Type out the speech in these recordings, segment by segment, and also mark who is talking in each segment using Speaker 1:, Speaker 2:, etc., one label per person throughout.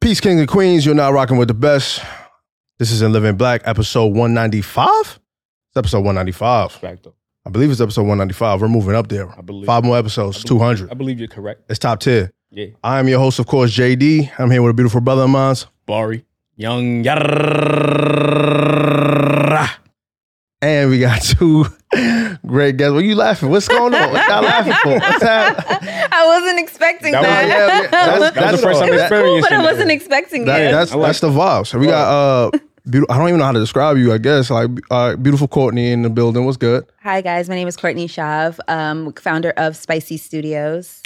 Speaker 1: Peace, Kings and Queens. You're now rocking with the best. This is In Living Black, episode 195. It's episode 195.
Speaker 2: Facto.
Speaker 1: I believe it's episode 195. We're moving up there.
Speaker 2: I believe.
Speaker 1: Five more episodes, 200.
Speaker 2: I believe you're correct.
Speaker 1: It's top tier.
Speaker 2: Yeah.
Speaker 1: I am your host, of course, JD. I'm here with a beautiful brother of mine.
Speaker 2: Bari. Young. Yarrrrrrrrrrrrrrrrrrrrrrrrrrrrrrrrrrrrrrrrrrrrrrr.
Speaker 1: And we got two great guests. What you laughing? What's going on? What y'all laughing for? What's happening?
Speaker 3: I wasn't expecting
Speaker 2: That
Speaker 3: that.
Speaker 2: was-
Speaker 1: yeah, yeah, that was-
Speaker 2: That was the first time
Speaker 3: it was cool, but I
Speaker 2: experiencing that.
Speaker 3: wasn't expecting
Speaker 1: That-
Speaker 3: it.
Speaker 1: that's
Speaker 2: I like
Speaker 1: that's the vibe. So we got uh, beautiful. I don't even know how to describe you. I guess like uh, beautiful Courtney in the building. What's good?
Speaker 3: Hi guys, my name is Courtney Shav, um, founder of Spicy Studios.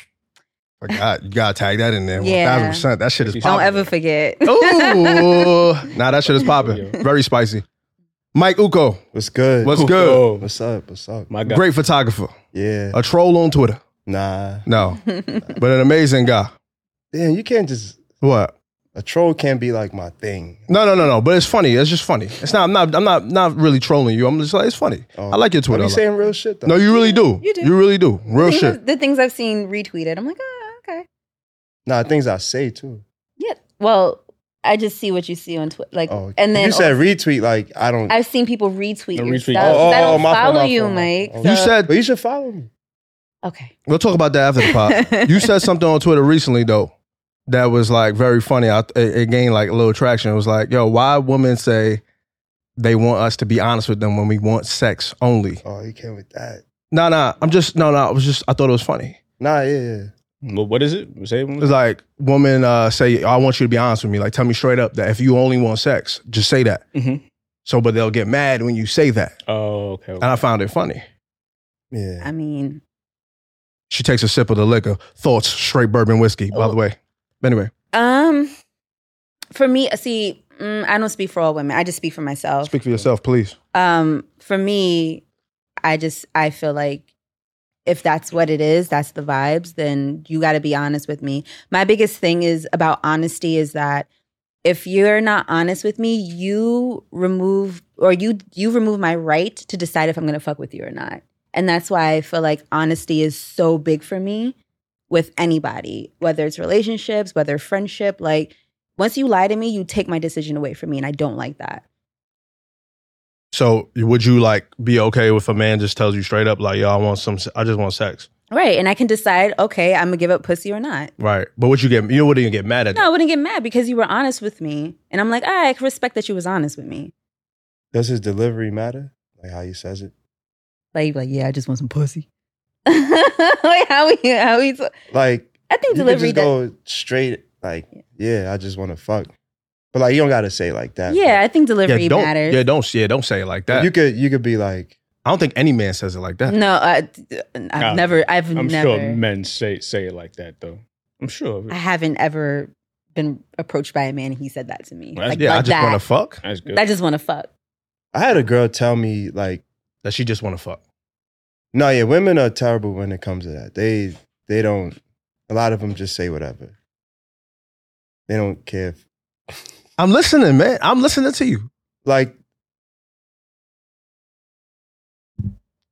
Speaker 1: I got you gotta tag that in there.
Speaker 3: Yeah.
Speaker 1: Thousand percent. That shit is
Speaker 2: Don't
Speaker 3: Don't
Speaker 1: popping.
Speaker 3: ever forget.
Speaker 1: Ooh, nah, that shit is popping. Very spicy. Mike Uko,
Speaker 4: What's good?
Speaker 1: what's good? Oh.
Speaker 2: Oh,
Speaker 4: What's up? What's up?
Speaker 2: my God.
Speaker 1: Great photographer.
Speaker 4: Yeah.
Speaker 1: A troll on Twitter.
Speaker 4: Nah.
Speaker 1: No, but an amazing guy.
Speaker 4: Damn, you can't just
Speaker 1: What?
Speaker 4: a troll can't be like my thing.
Speaker 1: No, no, no, no. But it's funny. It's just funny. It's not. I'm not. I'm not. Not really trolling you. I'm just like it's funny.
Speaker 4: Oh.
Speaker 1: I like your
Speaker 4: I
Speaker 1: Twitter. a
Speaker 4: be
Speaker 1: lot.
Speaker 4: saying real shit though.
Speaker 1: no, you really do.
Speaker 3: You do.
Speaker 1: really do. Real
Speaker 3: Things
Speaker 1: shit.
Speaker 3: I've- the things I've seen retweeted, I'm like, oh, okay.
Speaker 4: Nah, things I say too.
Speaker 3: Yeah. Well, I just see what you see on Twitter, like,
Speaker 4: Oh,
Speaker 3: and then
Speaker 4: you said retweet like I don't.
Speaker 3: I've seen people retweet
Speaker 2: No,
Speaker 3: your
Speaker 2: retweet.
Speaker 3: stuff.
Speaker 4: Oh, oh,
Speaker 3: I
Speaker 4: oh,
Speaker 3: don't
Speaker 4: my fault,
Speaker 3: follow
Speaker 4: my
Speaker 3: you,
Speaker 4: fault, my
Speaker 3: Mike.
Speaker 4: fault.
Speaker 1: Oh, You
Speaker 3: so-
Speaker 1: said
Speaker 4: but you should follow me.
Speaker 3: okay.
Speaker 1: We'll talk about that after the pod. you said something on Twitter recently though that was like very funny. I, it, it gained like a little traction. It was like, yo, why women say they want us to be honest with them when we want sex only?
Speaker 4: Oh, you came with that.
Speaker 1: Nah, nah. I'm just no, no. I was just I thought it was funny.
Speaker 4: Nah, yeah, yeah.
Speaker 2: Well, What is it? Say it one
Speaker 1: It
Speaker 2: more
Speaker 1: was
Speaker 2: time.
Speaker 1: like women uh, say, I want you to be honest with me. Like, tell me straight up that if you only want sex, just say that.
Speaker 2: Mhm.
Speaker 1: So, but they'll get mad when you say that,
Speaker 2: Oh, okay.
Speaker 1: and I found it funny.
Speaker 4: Yeah.
Speaker 3: I mean,
Speaker 1: She takes a sip of the liquor. Thoughts, straight bourbon whiskey. By the
Speaker 3: Oh.
Speaker 1: way, anyway,
Speaker 3: um, for me, see, mm, I don't speak for all women. I just speak for myself.
Speaker 1: speak for yourself, please.
Speaker 3: um for me i just i feel like if that's what it is that's the vibes then you got to be honest with me my biggest thing is about honesty is that if you're not honest with me you remove or you you remove my right to decide if i'm gonna fuck with you or not and that's why i feel like honesty is so big for me with anybody whether it's relationships whether friendship like once you lie to me you take my decision away from me and i don't like that
Speaker 1: So, would you like be okay with a man just tells you straight up, like, yo, I want some, se- I just want sex,
Speaker 3: Right. And I can decide, okay, I'm gonna give up pussy or not.
Speaker 1: right? But would you get, you wouldn't even get mad at
Speaker 3: No,
Speaker 1: that.
Speaker 3: I wouldn't get mad because you were honest with me. And I'm like, all right, I can respect that you was honest with me.
Speaker 4: Does his delivery matter? Like how he says it.
Speaker 3: Like you like, yeah, I just want some pussy. like how we how we t-
Speaker 4: Like
Speaker 3: I think
Speaker 4: you could
Speaker 3: delivery
Speaker 4: just
Speaker 3: does,
Speaker 4: go straight. Like yeah, I just want to fuck. But like you don't gotta say it like that.
Speaker 3: Yeah, I think delivery
Speaker 1: yeah, don't,
Speaker 3: matters.
Speaker 1: yeah, don't, yeah, don't say it like that.
Speaker 4: You could you could be like
Speaker 1: I don't think any man says it like that.
Speaker 3: No, I,
Speaker 2: Nah,
Speaker 3: I've never I've
Speaker 2: I'm
Speaker 3: never
Speaker 2: sure men say say it like that though. I'm sure.
Speaker 3: I haven't ever been approached by a man and he said that to me.
Speaker 2: Well, that's-
Speaker 3: like,
Speaker 1: yeah,
Speaker 3: like
Speaker 1: I just
Speaker 3: that.
Speaker 1: want to fuck.
Speaker 2: That's good.
Speaker 3: I just want to fuck.
Speaker 4: I had a girl tell me like
Speaker 1: That she just want to fuck.
Speaker 4: No, yeah, women are terrible when it comes to that. They they don't. A lot of them just say whatever. They don't care. If,
Speaker 1: I'm listening, man. I'm listening to you.
Speaker 4: like,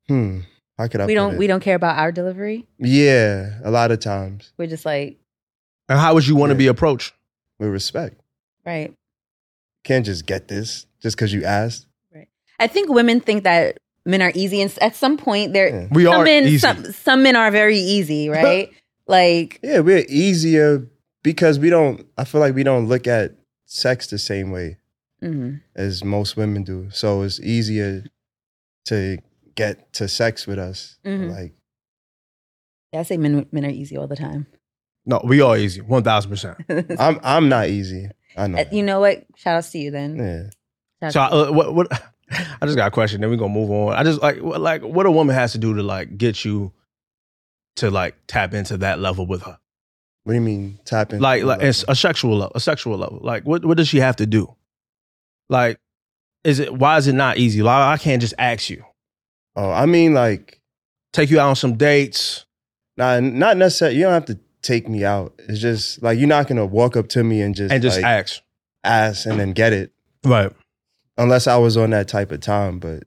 Speaker 4: hmm, how could I?
Speaker 3: We
Speaker 4: put
Speaker 3: don't
Speaker 4: it?
Speaker 3: we don't care about our delivery.
Speaker 4: Yeah, a lot of times
Speaker 3: We're just like,
Speaker 1: And how would you want to
Speaker 4: Yeah.
Speaker 1: be approached?
Speaker 4: with respect.
Speaker 3: right.
Speaker 4: Can't just get this just because you asked.
Speaker 3: I think women think that men are easy and s- at some point they're
Speaker 4: Yeah.
Speaker 1: We
Speaker 3: some
Speaker 1: are
Speaker 3: men,
Speaker 1: easy.
Speaker 3: Some, some men are very easy, right? like,
Speaker 4: Yeah, we're easier because we don't. I feel like we don't look at sex the same way
Speaker 3: mhm.
Speaker 4: as most women do. So it's easier to get to sex with us.
Speaker 3: Mhm.
Speaker 4: Like.
Speaker 3: yeah, I say men, men are easy all the time.
Speaker 1: no, we are easy. One thousand percent.
Speaker 4: I'm I'm not easy. I know.
Speaker 3: uh, you know what? Shout outs to you then.
Speaker 4: yeah.
Speaker 3: Shout
Speaker 1: So,
Speaker 3: outs-
Speaker 1: uh, what? What? I just got a question. Then we gonna move on. I just like, what, like, what a woman has to do to like get you to like tap into that level with her.
Speaker 4: What do you mean tapping?
Speaker 1: like like it's a sexual level, a sexual level. Like what what does she have to do? Like is it why is it not easy? Like I can't just ask you.
Speaker 4: oh, I mean like
Speaker 1: Take you out on some dates.
Speaker 4: nah, not necessarily. You don't have to take me out. It's just like you're not gonna walk up to me and just
Speaker 1: and just
Speaker 4: like,
Speaker 1: ask.
Speaker 4: ask and then get it.
Speaker 1: Right.
Speaker 4: Unless I was on that type of time, but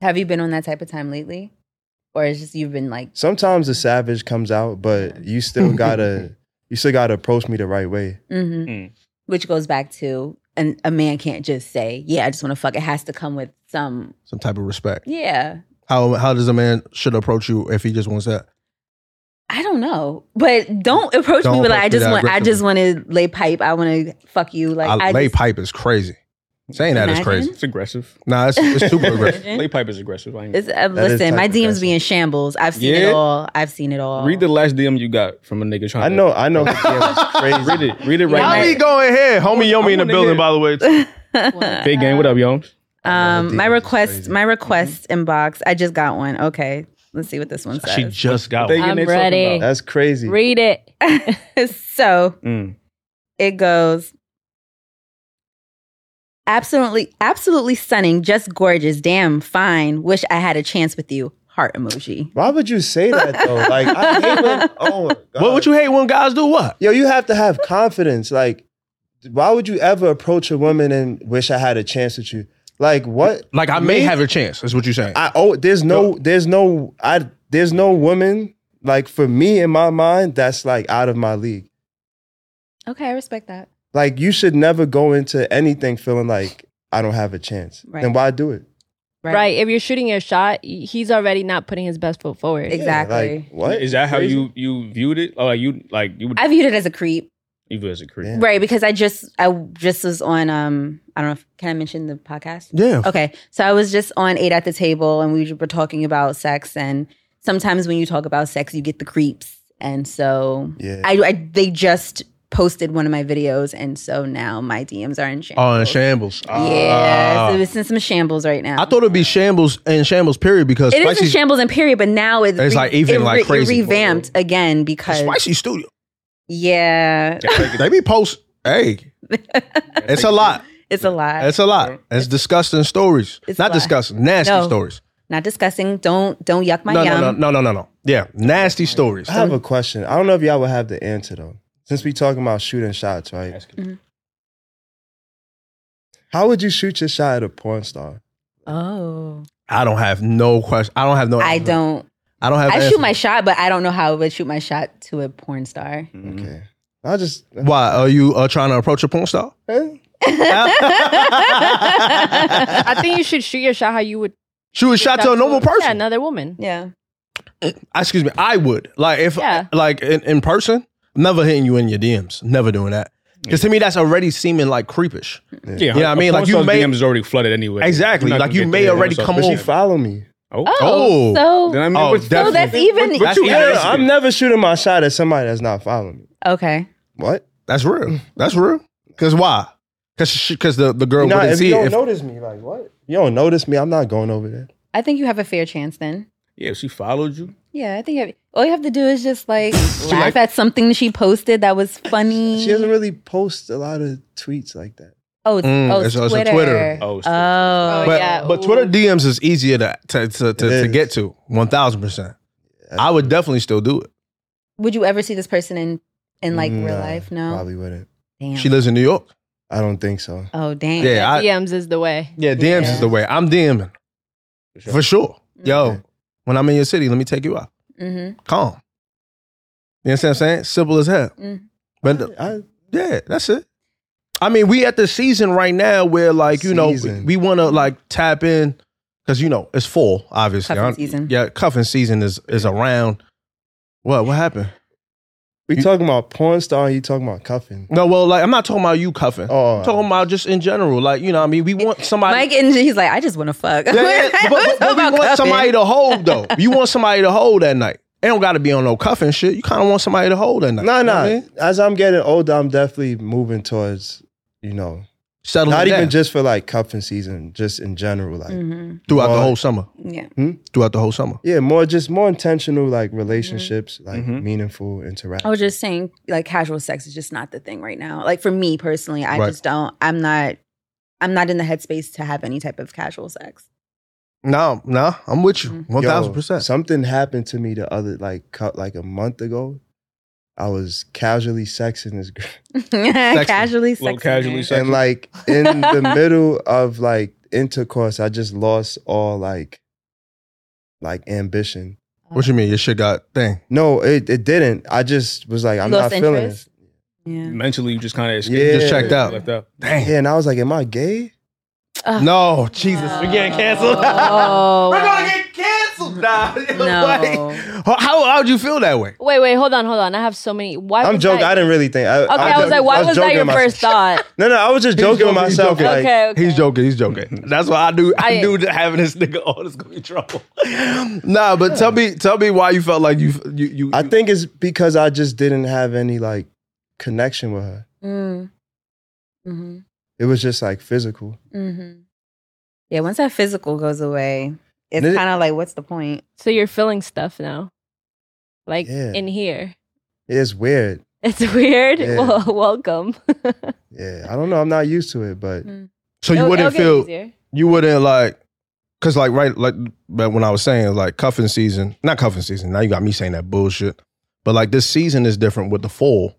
Speaker 3: Have you been on that type of time lately? Or it's just you've been like,
Speaker 4: sometimes the savage comes out, but you still gotta you still gotta approach me the right way.
Speaker 3: hmm
Speaker 2: Mm.
Speaker 3: Which goes back to, and a man can't just say, "Yeah, I just want to fuck." It has to come with some,
Speaker 1: Some type of respect.
Speaker 3: yeah.
Speaker 1: How how does a man should approach you if he just wants that?
Speaker 3: I don't know, but don't approach
Speaker 1: Don't
Speaker 3: me
Speaker 1: approach
Speaker 3: with like, "I
Speaker 1: me
Speaker 3: just
Speaker 1: that
Speaker 3: want, I just
Speaker 1: aggressively.
Speaker 3: want to lay pipe. I want to fuck you." Like,
Speaker 1: I,
Speaker 3: I,
Speaker 1: lay
Speaker 3: just,
Speaker 1: pipe is crazy. Saying that is crazy.
Speaker 3: Imagine.
Speaker 2: It's aggressive.
Speaker 1: Nah, it's, it's super aggressive.
Speaker 3: Mhm.
Speaker 2: Lay pipe is aggressive. I ain't-
Speaker 3: It's, uh,
Speaker 4: That is
Speaker 3: listen, my
Speaker 4: type
Speaker 3: DMs
Speaker 4: of
Speaker 3: be
Speaker 4: aggressive.
Speaker 3: in shambles. I've seen
Speaker 2: Yeah.
Speaker 3: it all. I've seen it all.
Speaker 2: Read the last DM you got from a nigga trying.
Speaker 4: I
Speaker 2: to-
Speaker 4: know, I know. it's
Speaker 2: Read
Speaker 4: crazy.
Speaker 2: it. Read it
Speaker 3: Y'all
Speaker 1: How me
Speaker 2: right now.
Speaker 3: need-
Speaker 1: going here? Homie Yomi in the
Speaker 2: wanna
Speaker 1: building,
Speaker 2: hear-
Speaker 1: by the way.
Speaker 2: Big game. What up, Yoms?
Speaker 3: Um, my
Speaker 4: DMs is
Speaker 3: request,
Speaker 4: crazy.
Speaker 3: my request inbox. I just got one. Okay, let's see what this one
Speaker 1: She
Speaker 3: says.
Speaker 1: just got
Speaker 2: They
Speaker 1: one.
Speaker 2: getting
Speaker 5: I'm
Speaker 2: they talking
Speaker 5: ready.
Speaker 2: about.
Speaker 4: That's crazy.
Speaker 5: Read it.
Speaker 3: so
Speaker 2: Mm.
Speaker 3: it goes. Absolutely, absolutely stunning. Just gorgeous. Damn, fine. Wish I had a chance with you. Heart emoji.
Speaker 4: Why would you say that though? Like I hate when oh my God.
Speaker 1: What would you hate when guys do what?
Speaker 4: Yo, you have to have confidence. Like, why would you ever approach a woman and wish I had a chance with you? Like what?
Speaker 1: Like I may
Speaker 4: Me?
Speaker 1: have a chance, is what you're saying.
Speaker 4: I oh there's no there's no I there's no woman like for me in my mind that's like out of my league.
Speaker 3: Okay, I respect that.
Speaker 4: Like you should never go into anything feeling like I don't have a chance.
Speaker 3: Right.
Speaker 4: Then why do it?
Speaker 5: Right. If you're shooting your shot, he's already not putting his best foot forward.
Speaker 3: Ex-
Speaker 4: Yeah,
Speaker 3: Exactly.
Speaker 4: like, what
Speaker 2: Is that how
Speaker 4: Crazy.
Speaker 2: you you viewed it? Oh, like you like you would
Speaker 3: I viewed it as a creep,
Speaker 2: you view it as a creep.
Speaker 4: Yeah.
Speaker 3: right? Because I just, I just was on. Um, I don't know. If, can I mention the podcast?
Speaker 1: yeah.
Speaker 3: Okay. So I was just on Eight at the Table and we were talking about sex. And sometimes when you talk about sex, you get the creeps. And so
Speaker 4: Yeah.
Speaker 3: I, I they just posted one of my videos. And so now my DMs are in shambles.
Speaker 1: Oh, in shambles.
Speaker 3: Yeah.
Speaker 1: Ah.
Speaker 3: so it's in some shambles right now.
Speaker 1: I thought it'd be shambles and shambles period because
Speaker 3: it is in
Speaker 1: spicy,
Speaker 3: shambles and period, but now it's,
Speaker 1: It's like even
Speaker 3: it
Speaker 1: like
Speaker 3: re- it
Speaker 1: crazy.
Speaker 3: revamped again because
Speaker 1: spicy studio.
Speaker 3: yeah,
Speaker 1: They be post. Hey, it's a lot.
Speaker 3: it's a lot.
Speaker 1: It's a lot. It's disgusting stories.
Speaker 3: It's
Speaker 1: Not
Speaker 3: a lot.
Speaker 1: disgusting. Nasty
Speaker 3: No.
Speaker 1: stories.
Speaker 3: Not discussing. Don't don't yuck my
Speaker 1: No,
Speaker 3: yum.
Speaker 1: no, no, no, no, no, no. Yeah, nasty stories.
Speaker 4: I have a question. I don't know if y'all would have the answer though. Since we talking about shooting shots, right?
Speaker 3: Mm-hmm.
Speaker 4: How would you shoot your shot at a porn star?
Speaker 3: Oh,
Speaker 1: I don't have no question. I don't have no.
Speaker 3: I
Speaker 1: answer.
Speaker 3: don't.
Speaker 1: I don't have.
Speaker 3: I
Speaker 1: answers.
Speaker 3: shoot my shot, but I don't know how I would shoot my shot to a porn star.
Speaker 1: Mm-hmm.
Speaker 2: Okay.
Speaker 4: Okay. I just
Speaker 1: Why are you uh, trying to approach a porn star?
Speaker 4: eh?
Speaker 5: I think you should shoot your shot how you would
Speaker 1: Shoot a shot to a normal
Speaker 5: Yeah,
Speaker 1: person.
Speaker 5: another woman.
Speaker 3: Yeah.
Speaker 1: Excuse me. I would like if
Speaker 5: Yeah.
Speaker 1: like in, in person. Never hitting you in your DMs. Never doing that. Because to me, that's already seeming like creepish.
Speaker 2: Yeah,
Speaker 1: Yeah, I mean, like,
Speaker 2: a porn
Speaker 1: you
Speaker 2: star's
Speaker 1: may-
Speaker 2: DMs is already flooded anyway.
Speaker 1: Exactly,
Speaker 2: You're not
Speaker 1: like,
Speaker 2: gonna
Speaker 1: you
Speaker 2: get
Speaker 1: may
Speaker 2: there
Speaker 1: already
Speaker 2: unless
Speaker 1: come
Speaker 2: I-
Speaker 4: But she
Speaker 1: on.
Speaker 4: follow me.
Speaker 2: Oh,
Speaker 1: Oh.
Speaker 3: Oh, so
Speaker 2: Then I mean,
Speaker 1: Oh,
Speaker 2: what's-
Speaker 1: definitely.
Speaker 3: so that's even
Speaker 2: What
Speaker 1: That's
Speaker 2: you
Speaker 1: even-
Speaker 2: asking?
Speaker 4: I'm never shooting my shot at somebody that's not following me.
Speaker 3: okay.
Speaker 4: What?
Speaker 1: That's real. That's real. Because why? Because because the, the girl
Speaker 4: You know,
Speaker 1: wouldn't
Speaker 4: if
Speaker 1: see
Speaker 4: you don't
Speaker 1: it. if-
Speaker 4: notice me, like what? You don't notice me. I'm not going over there.
Speaker 3: I think you have a fair chance then.
Speaker 2: Yeah, she followed you.
Speaker 3: Yeah, I think you have, all you have to do is just like laugh
Speaker 1: like-
Speaker 3: at something she posted that was funny.
Speaker 4: She doesn't really post a lot of tweets like that.
Speaker 3: oh, it's,
Speaker 1: Mm,
Speaker 3: oh,
Speaker 1: it's- it's
Speaker 3: it's,
Speaker 1: a
Speaker 3: Twitter.
Speaker 1: Twitter.
Speaker 2: Oh, it's Twitter.
Speaker 3: oh,
Speaker 1: but
Speaker 5: yeah,
Speaker 1: but
Speaker 5: ooh.
Speaker 1: Twitter DMs is easier to to to, to,
Speaker 4: It
Speaker 1: to
Speaker 4: is.
Speaker 1: get to one thousand percent. I would definitely still do it.
Speaker 3: Would you ever see this person in in like real
Speaker 4: Nah,
Speaker 3: life? No.
Speaker 4: Probably wouldn't.
Speaker 3: Damn.
Speaker 1: She lives in New York.
Speaker 4: I don't think so.
Speaker 3: oh, damn.
Speaker 1: Yeah, I,
Speaker 5: DMs is the way.
Speaker 1: yeah. DMs is
Speaker 3: Yeah.
Speaker 1: the way. I'm DMing for sure. Yo, when I'm in your city, let me take you out.
Speaker 3: Mm-hmm.
Speaker 1: Calm. You understand what I'm saying? Simple as hell.
Speaker 3: Mm.
Speaker 1: But the-
Speaker 4: I,
Speaker 1: Yeah, that's it. I mean, we at the season right now where like you know
Speaker 4: Season.
Speaker 1: we, want to like tap in because you know it's full, obviously.
Speaker 3: Cuffing
Speaker 1: I'm-
Speaker 3: season.
Speaker 1: Yeah, cuffing season is is around. What what happened?
Speaker 4: we talking about porn star. You talking about cuffing?
Speaker 1: No, well, like I'm not talking about you cuffing.
Speaker 4: Oh,
Speaker 1: I'm talking about just in general. Like you know, what I mean, we want somebody.
Speaker 3: Mike and he's like, I just want to fuck.
Speaker 1: Yeah, yeah, but, but- but we want somebody to hold though. You want somebody to hold that night. It don't got to be on no cuffing shit. You kind of want somebody to hold that night.
Speaker 4: No,
Speaker 1: You know what
Speaker 4: no.
Speaker 1: I mean?
Speaker 4: As I'm getting older, I'm definitely moving towards, you know,
Speaker 1: Settle
Speaker 4: not even
Speaker 1: just
Speaker 4: just for like cuffing season, just in general. Like,
Speaker 3: hmm
Speaker 1: throughout the
Speaker 4: Right.
Speaker 1: whole summer.
Speaker 3: Yeah.
Speaker 1: Throughout the whole summer.
Speaker 4: yeah, more just more intentional like relationships, like
Speaker 1: Mm-hmm.
Speaker 2: Mhm.
Speaker 4: meaningful
Speaker 3: I
Speaker 4: interactions.
Speaker 3: was just saying, like casual sex is just not the thing right now. Like for me personally, I
Speaker 1: Right.
Speaker 3: just don't. I'm not. I'm not in the headspace to have any type of casual sex.
Speaker 1: No, no, I'm with you,
Speaker 3: Mm.
Speaker 1: one
Speaker 4: Yo,
Speaker 1: thousand percent.
Speaker 4: Something happened to me the other like cut like a month ago. I was casually sexing this girl,
Speaker 3: casually
Speaker 2: Little
Speaker 3: sex.
Speaker 2: casually sex.
Speaker 4: and like in the middle of like intercourse, I just lost all like like ambition.
Speaker 1: What you mean? Your shit got thing.
Speaker 4: No, it, it didn't. I just was like, I'm
Speaker 5: Lost
Speaker 4: not feeling
Speaker 5: interest?
Speaker 4: this.
Speaker 3: Yeah.
Speaker 2: Mentally, you just kind of
Speaker 4: Yeah.
Speaker 1: Just checked out.
Speaker 2: Left out.
Speaker 1: Dang.
Speaker 4: Yeah, and I was like, am I gay?
Speaker 1: No, Jesus.
Speaker 5: Oh.
Speaker 2: We're getting canceled.
Speaker 5: Oh.
Speaker 1: We're gonna get canceled. Nah.
Speaker 3: No.
Speaker 1: How how would you feel that way?
Speaker 5: Wait, wait, hold on, hold on. I have so many. Why?
Speaker 4: I'm
Speaker 5: was
Speaker 4: joking.
Speaker 5: that-
Speaker 4: I didn't really think. I,
Speaker 5: Okay, I, was like, why was, that
Speaker 4: joking
Speaker 5: your
Speaker 4: with myself.
Speaker 5: first thought?
Speaker 4: No, no, I was just joking
Speaker 1: joking,
Speaker 4: with
Speaker 1: he's
Speaker 4: myself.
Speaker 1: joking.
Speaker 4: Like,
Speaker 5: okay, okay.
Speaker 1: He's joking. He's joking.
Speaker 4: Mm-hmm.
Speaker 1: That's why I knew. I,
Speaker 5: I-
Speaker 1: knew that having this nigga on is gonna be trouble. nah, but tell me, tell me why you felt like you you you.
Speaker 4: I think it's because I just didn't have any like connection with her.
Speaker 3: Mm. hmm
Speaker 4: It was just like physical.
Speaker 3: hmm Yeah. Once that physical goes away, it's
Speaker 4: Did it-
Speaker 3: kind of like, what's the point?
Speaker 5: So you're feeling stuff now, like
Speaker 4: Yeah.
Speaker 5: in here.
Speaker 4: It's weird.
Speaker 5: It's weird.
Speaker 4: Yeah.
Speaker 5: Well, welcome.
Speaker 4: Yeah, I don't know. I'm not used to it, but
Speaker 1: so you
Speaker 5: It'll-
Speaker 1: wouldn't
Speaker 5: it'll get
Speaker 1: feel
Speaker 5: easier.
Speaker 1: you wouldn't like because like right like but when I was saying like cuffing season, not cuffing season. Now you got me saying that bullshit. But like this season is different with the fall,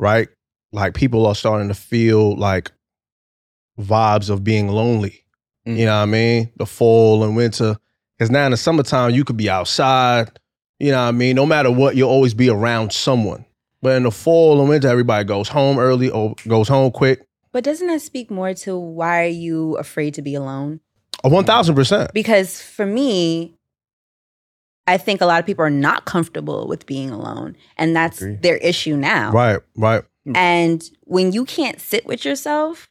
Speaker 1: right? Like people are starting to feel like vibes of being lonely.
Speaker 2: Mm.
Speaker 1: You know what I mean? The fall and winter. Because now in the summertime, you could be outside. You know what I mean? No matter what, you'll always be around someone. But in the fall and winter, everybody goes home early or goes home quick.
Speaker 3: But doesn't that speak more to why are you afraid to be alone?
Speaker 1: A one thousand percent.
Speaker 3: Because for me, I think a lot of people are not comfortable with being alone, and that's
Speaker 4: Agree.
Speaker 3: their issue now.
Speaker 1: Right, right.
Speaker 3: And when you can't sit with yourself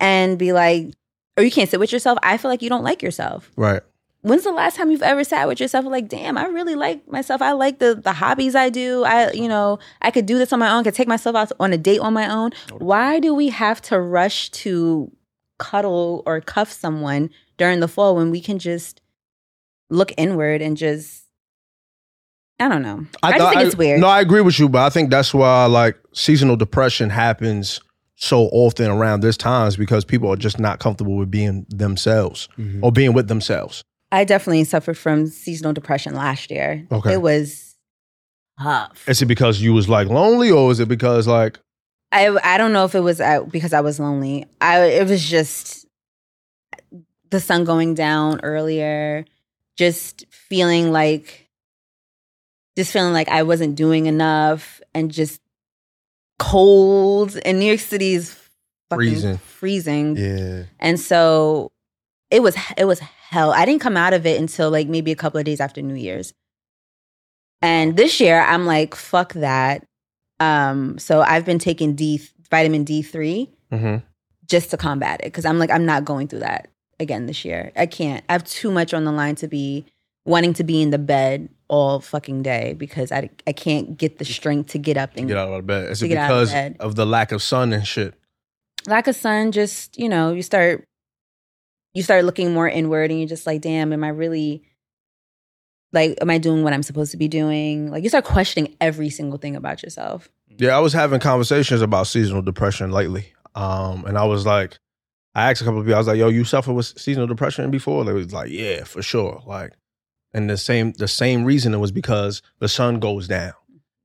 Speaker 3: and be like, or you can't sit with yourself, I feel like you don't like yourself.
Speaker 1: Right.
Speaker 3: When's the last time you've ever sat with yourself and like, damn, I really like myself. I like the the hobbies I do. I, you know, I could do this on my own, I could take myself out on a date on my own. Why do we have to rush to cuddle or cuff someone during the fall when we can just look inward and just I don't know. I, just
Speaker 1: thought-
Speaker 3: think it's weird.
Speaker 1: No, I agree with you, but I think that's why like seasonal depression happens so often around this time is because people are just not comfortable with being themselves or being with themselves.
Speaker 3: I definitely suffered from seasonal depression last year.
Speaker 1: Okay.
Speaker 3: It was tough.
Speaker 1: Is it because you was like lonely or is it because like
Speaker 3: I I don't know if it was uh, because I was lonely. I it was just the sun going down earlier, just feeling like just feeling like I wasn't doing enough and just cold and New York City is fucking
Speaker 1: Freezing.
Speaker 3: freezing.
Speaker 4: yeah,
Speaker 3: And so it was it was hell. I didn't come out of it until like maybe a couple of days after New Year's. And this year I'm like fuck that. Um so I've been taking D vitamin D3
Speaker 1: Mm-hmm.
Speaker 3: just to combat it cuz I'm like I'm not going through that again this year. I can't. I have too much on the line to be wanting to be in the bed all fucking day because I I can't get the strength to get up and
Speaker 1: get out of bed? Is
Speaker 3: To
Speaker 1: it
Speaker 3: get out of
Speaker 1: because
Speaker 3: bed.
Speaker 1: of the lack of sun and shit?
Speaker 3: lack of sun just you know you start you start looking more inward and you're just like damn am i really like am i doing what i'm supposed to be doing like you start questioning every single thing about yourself
Speaker 1: Yeah, I was having conversations about seasonal depression lately. Um, and I was like, I asked a couple of people, I was like, yo, you suffer with seasonal depression before? They was like, yeah, for sure. Like, and the same the same reason it was because the sun goes down.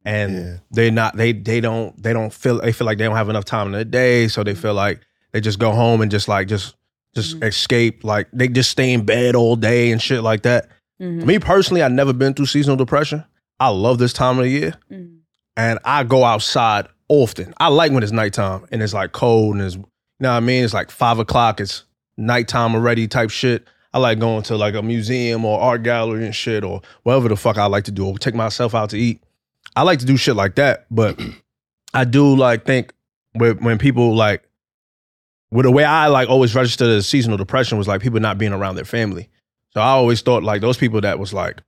Speaker 1: And
Speaker 4: Yeah.
Speaker 1: they not they they don't they don't feel they feel like they don't have enough time in the day, so they feel like they just go home and just like just just
Speaker 3: Mhm.
Speaker 1: escape. Like they just stay in bed all day and shit like that.
Speaker 3: Mhm,
Speaker 1: Me personally, I've never been through seasonal depression. I love this time of the year
Speaker 3: mhm.
Speaker 1: and I go outside often. I like when it's nighttime and it's like cold and it's you know what I mean. It's like five o'clock. It's nighttime already type shit. I like going to like a museum or art gallery and shit or whatever the fuck I like to do or take myself out to eat. I like to do shit like that, but I do like think when when people like with the way I like always registered as seasonal depression was like people not being around their family. So I always thought like those people that was like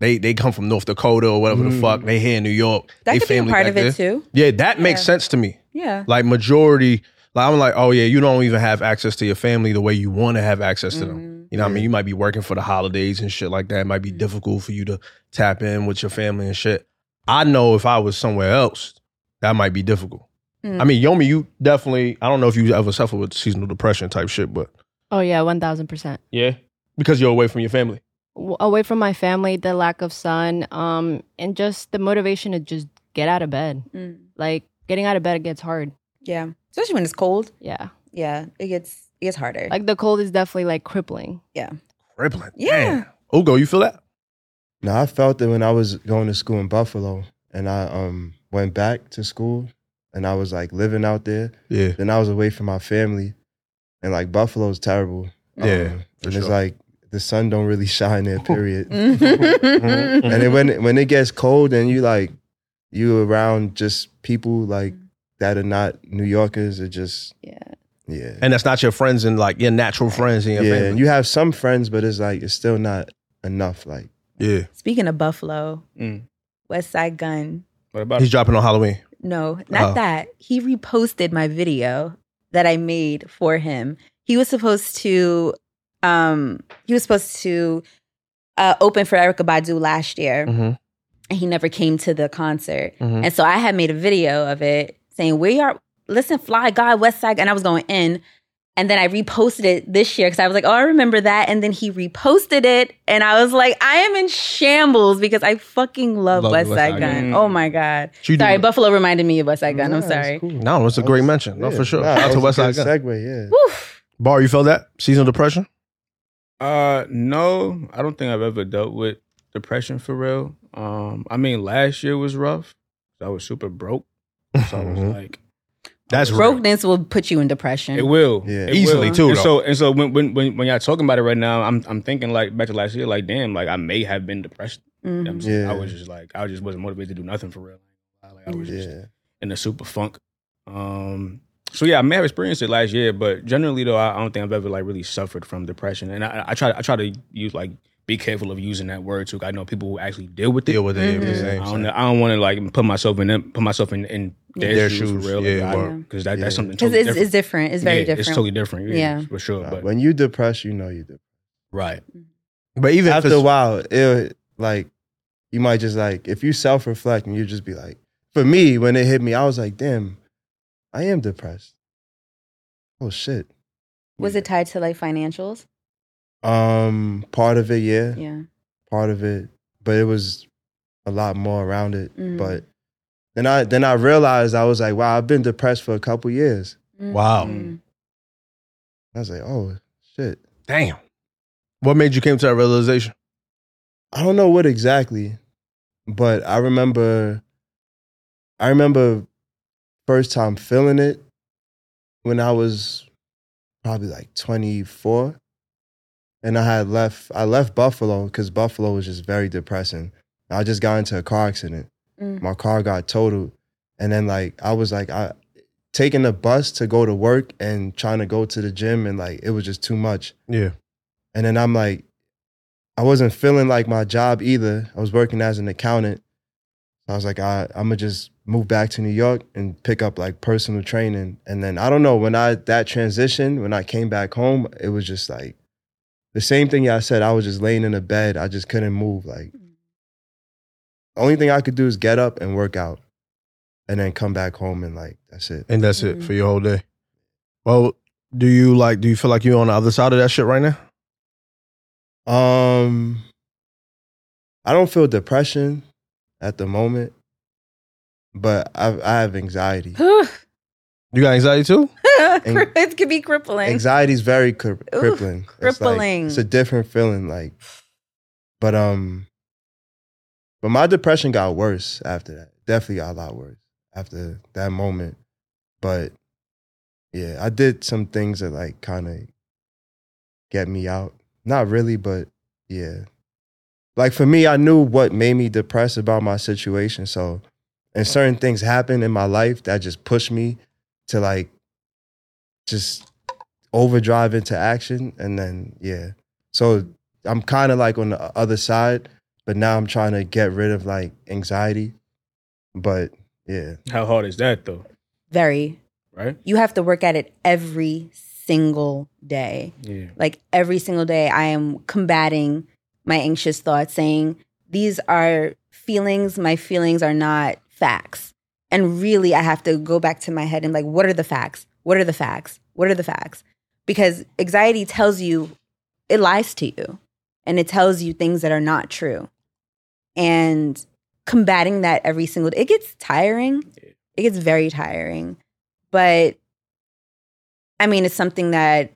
Speaker 1: they they come from North Dakota or whatever the
Speaker 4: Mm.
Speaker 1: fuck. They here in New York.
Speaker 3: that
Speaker 1: they
Speaker 3: could be a
Speaker 1: family
Speaker 3: part
Speaker 1: back
Speaker 3: of it
Speaker 1: there.
Speaker 3: too
Speaker 1: Yeah, that makes
Speaker 3: Yeah.
Speaker 1: sense to me.
Speaker 3: yeah
Speaker 1: Like majority, like I'm like, oh yeah, you don't even have access to your family the way you want to have access to them.
Speaker 3: Mhm.
Speaker 1: You know, what I mean, you might be working for the holidays and shit like that. It might be
Speaker 3: Mhm.
Speaker 1: difficult for you to tap in with your family and shit. I know if I was somewhere else, that might be difficult.
Speaker 3: Mhm.
Speaker 1: I mean, Yomi, you definitely. I don't know if you ever suffer with seasonal depression type shit, but
Speaker 5: Oh yeah, one thousand percent.
Speaker 2: Yeah.
Speaker 1: because you're away from your family,
Speaker 5: W- Away from my family, the lack of sun, um, and just the motivation to just get out of bed.
Speaker 3: Mhm.
Speaker 5: Like getting out of bed gets hard.
Speaker 3: yeah especially when it's cold
Speaker 5: Yeah,
Speaker 3: yeah it gets it gets harder
Speaker 5: like the cold is definitely like crippling.
Speaker 1: crippling.
Speaker 3: Yeah.
Speaker 1: Damn. Ugo, you feel that?
Speaker 4: Now I felt it when I was going to school in Buffalo, and I um went back to school, and I was like living out there.
Speaker 1: Yeah.
Speaker 4: Then I was away from my family, and like Buffalo's terrible.
Speaker 1: Yeah,
Speaker 4: Um,
Speaker 1: for
Speaker 4: and it's
Speaker 1: sure.
Speaker 4: like the sun don't really shine there. Period.
Speaker 3: Mm-hmm.
Speaker 1: Mm-hmm.
Speaker 3: Mhm.
Speaker 4: and then when when it gets cold and you like you around just people like that are not New Yorkers are just
Speaker 5: Yeah.
Speaker 4: yeah
Speaker 1: And that's not your friends and like your natural friends and your
Speaker 4: yeah and
Speaker 1: family.
Speaker 4: you have some friends but it's like it's still not enough like
Speaker 1: yeah.
Speaker 3: Speaking of Buffalo,
Speaker 2: Mm.
Speaker 3: West Side Gun.
Speaker 2: What about
Speaker 1: He's dropping on Halloween.
Speaker 3: No, not
Speaker 1: Oh.
Speaker 3: that. He reposted my video that I made for him. He was supposed to um he was supposed to uh open for Erica Badu last year
Speaker 1: Mm-hmm.
Speaker 3: and he never came to the concert.
Speaker 1: Mhm.
Speaker 3: And so I had made a video of it saying, We are listen, fly guy, West Side, and I was going in. And then I reposted it this year because I was like, oh, I remember that. And then he reposted it. And I was like, I am in shambles because I fucking love,
Speaker 1: Love
Speaker 3: West Side Gun.
Speaker 2: Gun.
Speaker 3: Oh my God.
Speaker 1: You
Speaker 3: Sorry,
Speaker 1: do-
Speaker 3: Buffalo reminded me of West Side Gun.
Speaker 4: Nah,
Speaker 3: I'm
Speaker 4: it's
Speaker 3: sorry.
Speaker 4: cool.
Speaker 1: No, it's a
Speaker 4: That
Speaker 1: great
Speaker 4: was-
Speaker 1: mention. No,
Speaker 4: yeah,
Speaker 1: for sure.
Speaker 4: nah,
Speaker 1: Shout out
Speaker 4: that
Speaker 1: to West
Speaker 4: was a
Speaker 1: Side
Speaker 4: good
Speaker 1: Gun.
Speaker 4: segue yeah
Speaker 3: Woof.
Speaker 1: Bar, you feel that? Seasonal depression?
Speaker 2: Uh, no, I don't think I've ever dealt with depression for real. Um, I mean, last year was rough. I was super broke, so I was
Speaker 1: Mhm.
Speaker 2: like,
Speaker 1: That's
Speaker 2: Broke.
Speaker 1: real.
Speaker 3: Brokenness will put you in depression.
Speaker 2: it will,
Speaker 4: Yeah.
Speaker 2: it
Speaker 1: Easily
Speaker 2: will.
Speaker 1: too,
Speaker 2: And
Speaker 1: though.
Speaker 2: so, and so when when when when y'all talking about it right now, I'm I'm thinking like back to last year, like damn, like I may have been depressed.
Speaker 3: Mhm.
Speaker 2: I'm-
Speaker 4: Yeah.
Speaker 2: I was just like, I just wasn't motivated to do nothing for real. Like I was just
Speaker 4: yeah
Speaker 2: in a super funk. Um, so yeah, I may have experienced it last year, but generally though, I, I don't think I've ever like really suffered from depression. And I, I try, I try to use like be careful of using that word too. 'cause I know people who actually deal with it.
Speaker 1: Deal with it. yeah,
Speaker 3: Mhm.
Speaker 1: it's the
Speaker 2: I
Speaker 1: same,
Speaker 2: don't,
Speaker 1: same.
Speaker 2: know, I don't want to like put myself in them, put myself in, in their,
Speaker 1: Their
Speaker 2: shoes,
Speaker 1: shoes,
Speaker 2: for real,
Speaker 1: yeah,
Speaker 3: word.
Speaker 2: because that, that's
Speaker 4: Yeah.
Speaker 2: something
Speaker 3: 'Cause
Speaker 2: totally
Speaker 3: it's,
Speaker 2: different.
Speaker 3: it's different. It's very
Speaker 2: Yeah,
Speaker 3: different.
Speaker 2: It's totally different, yeah,
Speaker 3: Yeah.
Speaker 2: for sure.
Speaker 4: Nah,
Speaker 2: But
Speaker 4: when you depressed you know you depressed
Speaker 2: right,
Speaker 1: But even if
Speaker 4: after a
Speaker 1: it's-
Speaker 4: while it like you might just like if you self reflect and you just be like for me when it hit me I was like damn I am depressed oh shit
Speaker 3: was it tied to like financials?
Speaker 4: Um, part of it, yeah,
Speaker 3: Yeah.
Speaker 4: part of it, but it was a lot more around it.
Speaker 3: Mhm.
Speaker 4: But then I then I realized I was like, wow, I've been depressed for a couple years.
Speaker 1: Wow.
Speaker 3: Mhm.
Speaker 4: I was like, oh shit,
Speaker 1: damn. What made you came to that realization?
Speaker 4: I don't know what exactly, but I remember, I remember first time feeling it when I was probably like twenty four. And I had left. I left Buffalo because Buffalo was just very depressing. I just got into a car accident.
Speaker 3: Mm.
Speaker 4: my car got totaled and then like i was like i taking the bus to go to work and trying to go to the gym and like it was just too much
Speaker 1: Yeah.
Speaker 4: and then i'm like i wasn't feeling like my job either i was working as an accountant i was like I, i'm gonna just move back to new york and pick up like personal training and then i don't know when i that transition when i came back home it was just like the same thing y'all said i was just laying in a bed i just couldn't move like only thing I could do is get up and work out and then come back home and like that's it.
Speaker 1: And that's it
Speaker 3: Mhm.
Speaker 1: for your whole day. Well, do you like do you feel like you're on the other side of that shit right now?
Speaker 4: Um I don't feel depression at the moment, but I I have anxiety.
Speaker 1: You got anxiety too?
Speaker 3: it could be crippling.
Speaker 4: Anxiety is very cri-
Speaker 3: Ooh,
Speaker 4: crippling. It's like-
Speaker 3: crippling.
Speaker 4: it's a different feeling like but um but my depression got worse after that. Definitely got a lot worse after that moment. But yeah, I did some things that like kind of get me out. Not really, but yeah. Like for me, I knew what made me depressed about my situation. So, and certain things happened in my life that just pushed me to like just overdrive into action. And then, yeah. So I'm kind of like on the other side, but now I'm trying to get rid of like anxiety. But yeah.
Speaker 2: how hard is that though?
Speaker 3: Very.
Speaker 2: Right?
Speaker 3: You have to work at it every single day.
Speaker 2: Yeah,
Speaker 3: Like every single day, I am combating my anxious thoughts, saying, These are feelings. My feelings are not facts. And really, I have to go back to my head and, like, what are the facts? What are the facts? What are the facts? Because anxiety tells you, it lies to you and it tells you things that are not true. And combating that every single day, it gets tiring. It gets very tiring. But I mean, it's something that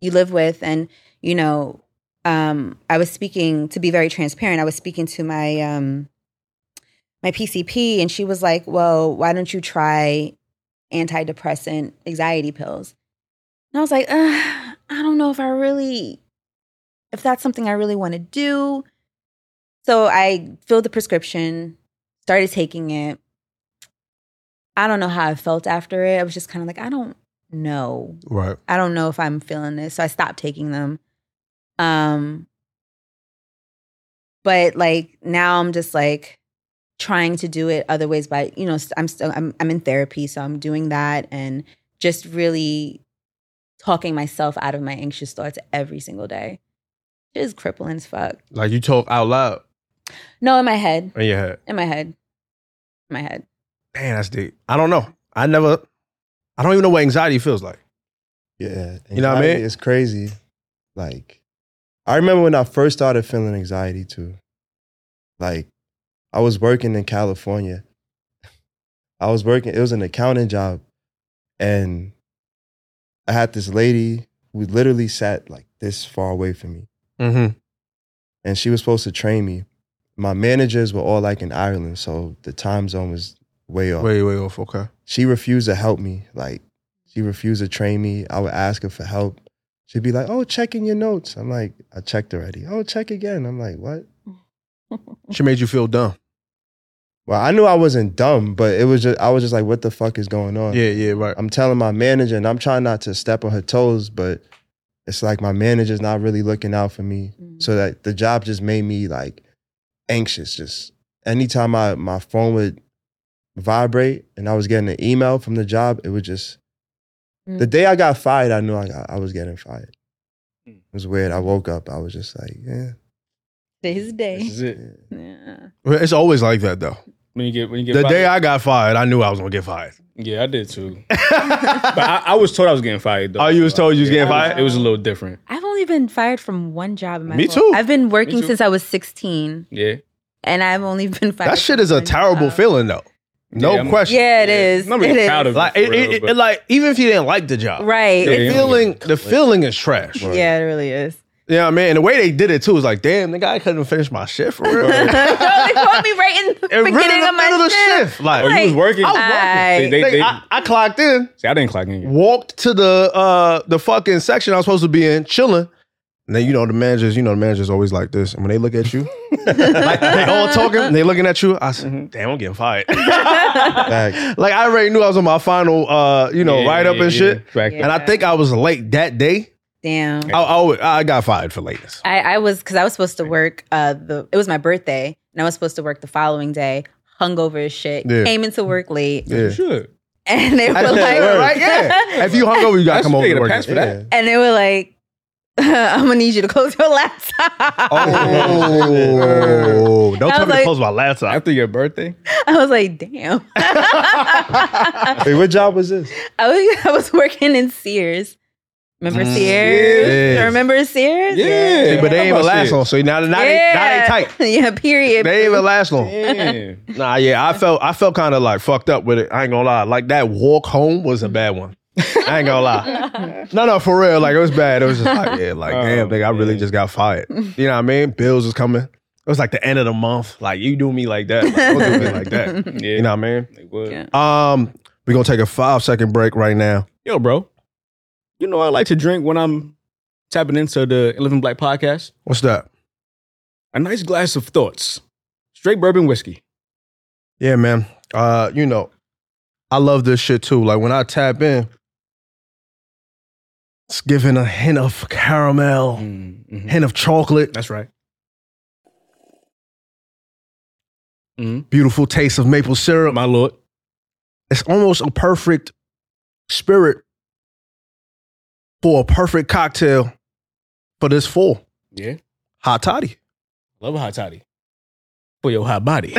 Speaker 3: you live with and you know um, I was speaking to be very transparent. I was speaking to my um, my PCP, and she was like, "Well, why don't you try antidepressant anxiety pills?" And I was like, Ugh, "I don't know if I really, if that's something I really want to do." So I filled the prescription, started taking it. I don't know how I felt after it. I was just kind of like, I don't know
Speaker 1: Right.
Speaker 3: I don't know if I'm feeling this. So I stopped taking them. Um but like now I'm just like trying to do it other ways by you know s- I'm still I'm I'm in therapy so I'm doing that and just really talking myself out of my anxious thoughts every single day. It is crippling as fuck.
Speaker 1: Like you talk out loud
Speaker 3: No, in my head.
Speaker 1: in your head.
Speaker 3: In my head. In my head.
Speaker 1: Damn, that's deep. I don't know. I never. I don't even know what anxiety feels like.
Speaker 4: Yeah.
Speaker 1: You know what I
Speaker 4: anxiety
Speaker 1: mean?
Speaker 4: It's crazy. Like, I remember when I first started feeling anxiety too. Like, I was working in California. I was working, it was an accounting job. And I had this lady who literally sat like this far away from me.
Speaker 1: Mm-hmm.
Speaker 4: And she was supposed to train me. My managers were all like in Ireland, so the time zone was way off
Speaker 1: Way, way off. Okay.
Speaker 4: she refused to help me. Like she refused to train me. I would ask her for help. She'd be like, "Oh, checking your notes." I'm like, "I checked already." "Oh, check again." I'm like, "What?"
Speaker 1: She made you feel dumb.
Speaker 4: Well, I knew I wasn't dumb, but it was just I was just like, "What the fuck is going on?"
Speaker 1: Yeah, yeah, right.
Speaker 4: I'm telling my manager, and I'm trying not to step on her toes, but it's like my manager's not really looking out for me.
Speaker 3: Mm.
Speaker 4: So that the job just made me like anxious. Just anytime I, my phone would vibrate and I was getting an email from the job, it would just the
Speaker 3: Mm.
Speaker 4: day I got fired, I knew I got, I was getting fired.
Speaker 2: Mm.
Speaker 4: It was weird. I woke up, I was just like, yeah.
Speaker 2: This
Speaker 3: His day.
Speaker 2: is it.
Speaker 3: Yeah.
Speaker 1: Well, It's always like that though.
Speaker 2: When you get when you get
Speaker 1: The
Speaker 2: fired-
Speaker 1: day I got fired, I knew I was gonna get fired.
Speaker 2: yeah, I did too. but I, I was told I was getting fired though.
Speaker 1: Oh, you was told you was getting
Speaker 2: it
Speaker 3: fired?
Speaker 2: It was a little different.
Speaker 3: I've only been fired from one job in my
Speaker 1: Me
Speaker 3: whole-
Speaker 1: too.
Speaker 3: I've been working
Speaker 2: too.
Speaker 3: since I was 16
Speaker 2: Yeah.
Speaker 3: and I've only been fired.
Speaker 1: that shit
Speaker 3: from
Speaker 1: is a
Speaker 3: one
Speaker 1: terrible
Speaker 3: job.
Speaker 1: feeling though. No
Speaker 2: Yeah, I'm-
Speaker 1: question.
Speaker 3: Yeah, it is.
Speaker 2: I'm not really
Speaker 3: It
Speaker 2: proud
Speaker 3: is.
Speaker 2: of
Speaker 1: Like
Speaker 2: it.
Speaker 1: it,
Speaker 2: for
Speaker 1: it,
Speaker 2: real,
Speaker 1: it,
Speaker 2: but-
Speaker 1: like even if you didn't like the job,
Speaker 3: Right.
Speaker 2: Yeah,
Speaker 3: It's-
Speaker 1: the
Speaker 2: yeah.
Speaker 1: feeling the feeling is trash.
Speaker 4: Right.
Speaker 3: Yeah, it really is.
Speaker 1: You know what I mean? And the way they did it too was like, damn, the guy couldn't finish my shift for real.
Speaker 3: Yo,
Speaker 1: it
Speaker 3: they called me right in the
Speaker 1: really
Speaker 3: beginning
Speaker 1: the
Speaker 3: of my
Speaker 1: middle of the
Speaker 3: shift.
Speaker 1: shift. Like,
Speaker 2: Oh, you was
Speaker 3: Like,
Speaker 2: working.
Speaker 1: I was
Speaker 2: They-
Speaker 3: I-
Speaker 2: they-
Speaker 1: Nigga,
Speaker 2: they-
Speaker 1: I, I clocked in,
Speaker 2: See, I didn't clock in. yet.
Speaker 1: walked to the uh the fucking section I was supposed to be in, chilling. And then you know the managers, you know the managers always like this. And when they look at you, like they all talking, they looking at you. I said,
Speaker 2: Mm-hmm.
Speaker 1: damn, I'm getting fired.
Speaker 4: Facts.
Speaker 1: like I already knew I was on my final uh, you know,
Speaker 2: Yeah,
Speaker 1: write up
Speaker 2: yeah,
Speaker 1: and
Speaker 2: yeah.
Speaker 1: shit.
Speaker 2: Fact.
Speaker 3: Yeah.
Speaker 1: And I think I was late that day.
Speaker 3: Damn.
Speaker 1: I, I, wa- I got fired for lateness.
Speaker 3: I, I was because I was supposed to work uh the it was my birthday and I was supposed to work the following day, hungover as shit,
Speaker 1: Yeah.
Speaker 3: came into work late,
Speaker 1: Yeah.
Speaker 2: You should.
Speaker 3: and they were
Speaker 1: That's
Speaker 3: like
Speaker 1: it, right? Yeah. if you hungover, you gotta
Speaker 2: That's
Speaker 1: come over
Speaker 2: big,
Speaker 1: to
Speaker 2: the
Speaker 1: work.
Speaker 2: pass for that.
Speaker 4: Yeah.
Speaker 3: and they were like, I'm gonna need you to close your laptop.
Speaker 1: Oh, don't
Speaker 3: I
Speaker 1: tell me to
Speaker 3: was like-
Speaker 1: close my laptop.
Speaker 2: After your birthday,
Speaker 3: I was like, damn. I,
Speaker 4: Wait, what job was this?
Speaker 3: was, I was working in Sears. Remember
Speaker 1: Mm,
Speaker 3: Sears?
Speaker 1: yes.
Speaker 3: Y'all Remember Sears?
Speaker 2: Yeah.
Speaker 1: See, but they ain't
Speaker 2: How
Speaker 1: even
Speaker 2: about
Speaker 1: last
Speaker 2: shit?
Speaker 1: long. So now, now, they, now they
Speaker 3: Yeah.
Speaker 1: tight.
Speaker 3: yeah, period.
Speaker 1: They ain't even last long.
Speaker 2: damn.
Speaker 1: Nah, yeah, I felt I felt kind of like fucked up with it. I ain't gonna lie. Like that walk home was a bad one. I ain't gonna lie. No, no, for real. Like it was bad. It was just like yeah, like
Speaker 2: Oh,
Speaker 1: damn, nigga, I really
Speaker 2: man.
Speaker 1: just got fired. You know what I mean? Bills was coming. It was like the end of the month. Like you do me like that. Like, don't do me like that.
Speaker 2: yeah.
Speaker 1: You know what I mean?
Speaker 2: Like, what?
Speaker 3: Yeah.
Speaker 1: Um, we're gonna take a five second break right now.
Speaker 2: Yo, bro. You know I like to drink when I'm tapping into the Living Black podcast.
Speaker 1: What's that?
Speaker 2: A nice glass of thoughts, straight bourbon whiskey.
Speaker 1: Yeah, man. Uh, you know, I love this shit too. Like when I tap in, it's giving a hint of caramel,
Speaker 2: Mhm.
Speaker 1: hint of chocolate,
Speaker 2: That's right. Mhm.
Speaker 1: beautiful taste of maple syrup.
Speaker 2: My lord.
Speaker 1: It's almost a perfect spirit for a perfect cocktail for this full
Speaker 2: Yeah.
Speaker 1: hot toddy.
Speaker 2: Love a hot toddy for your hot body.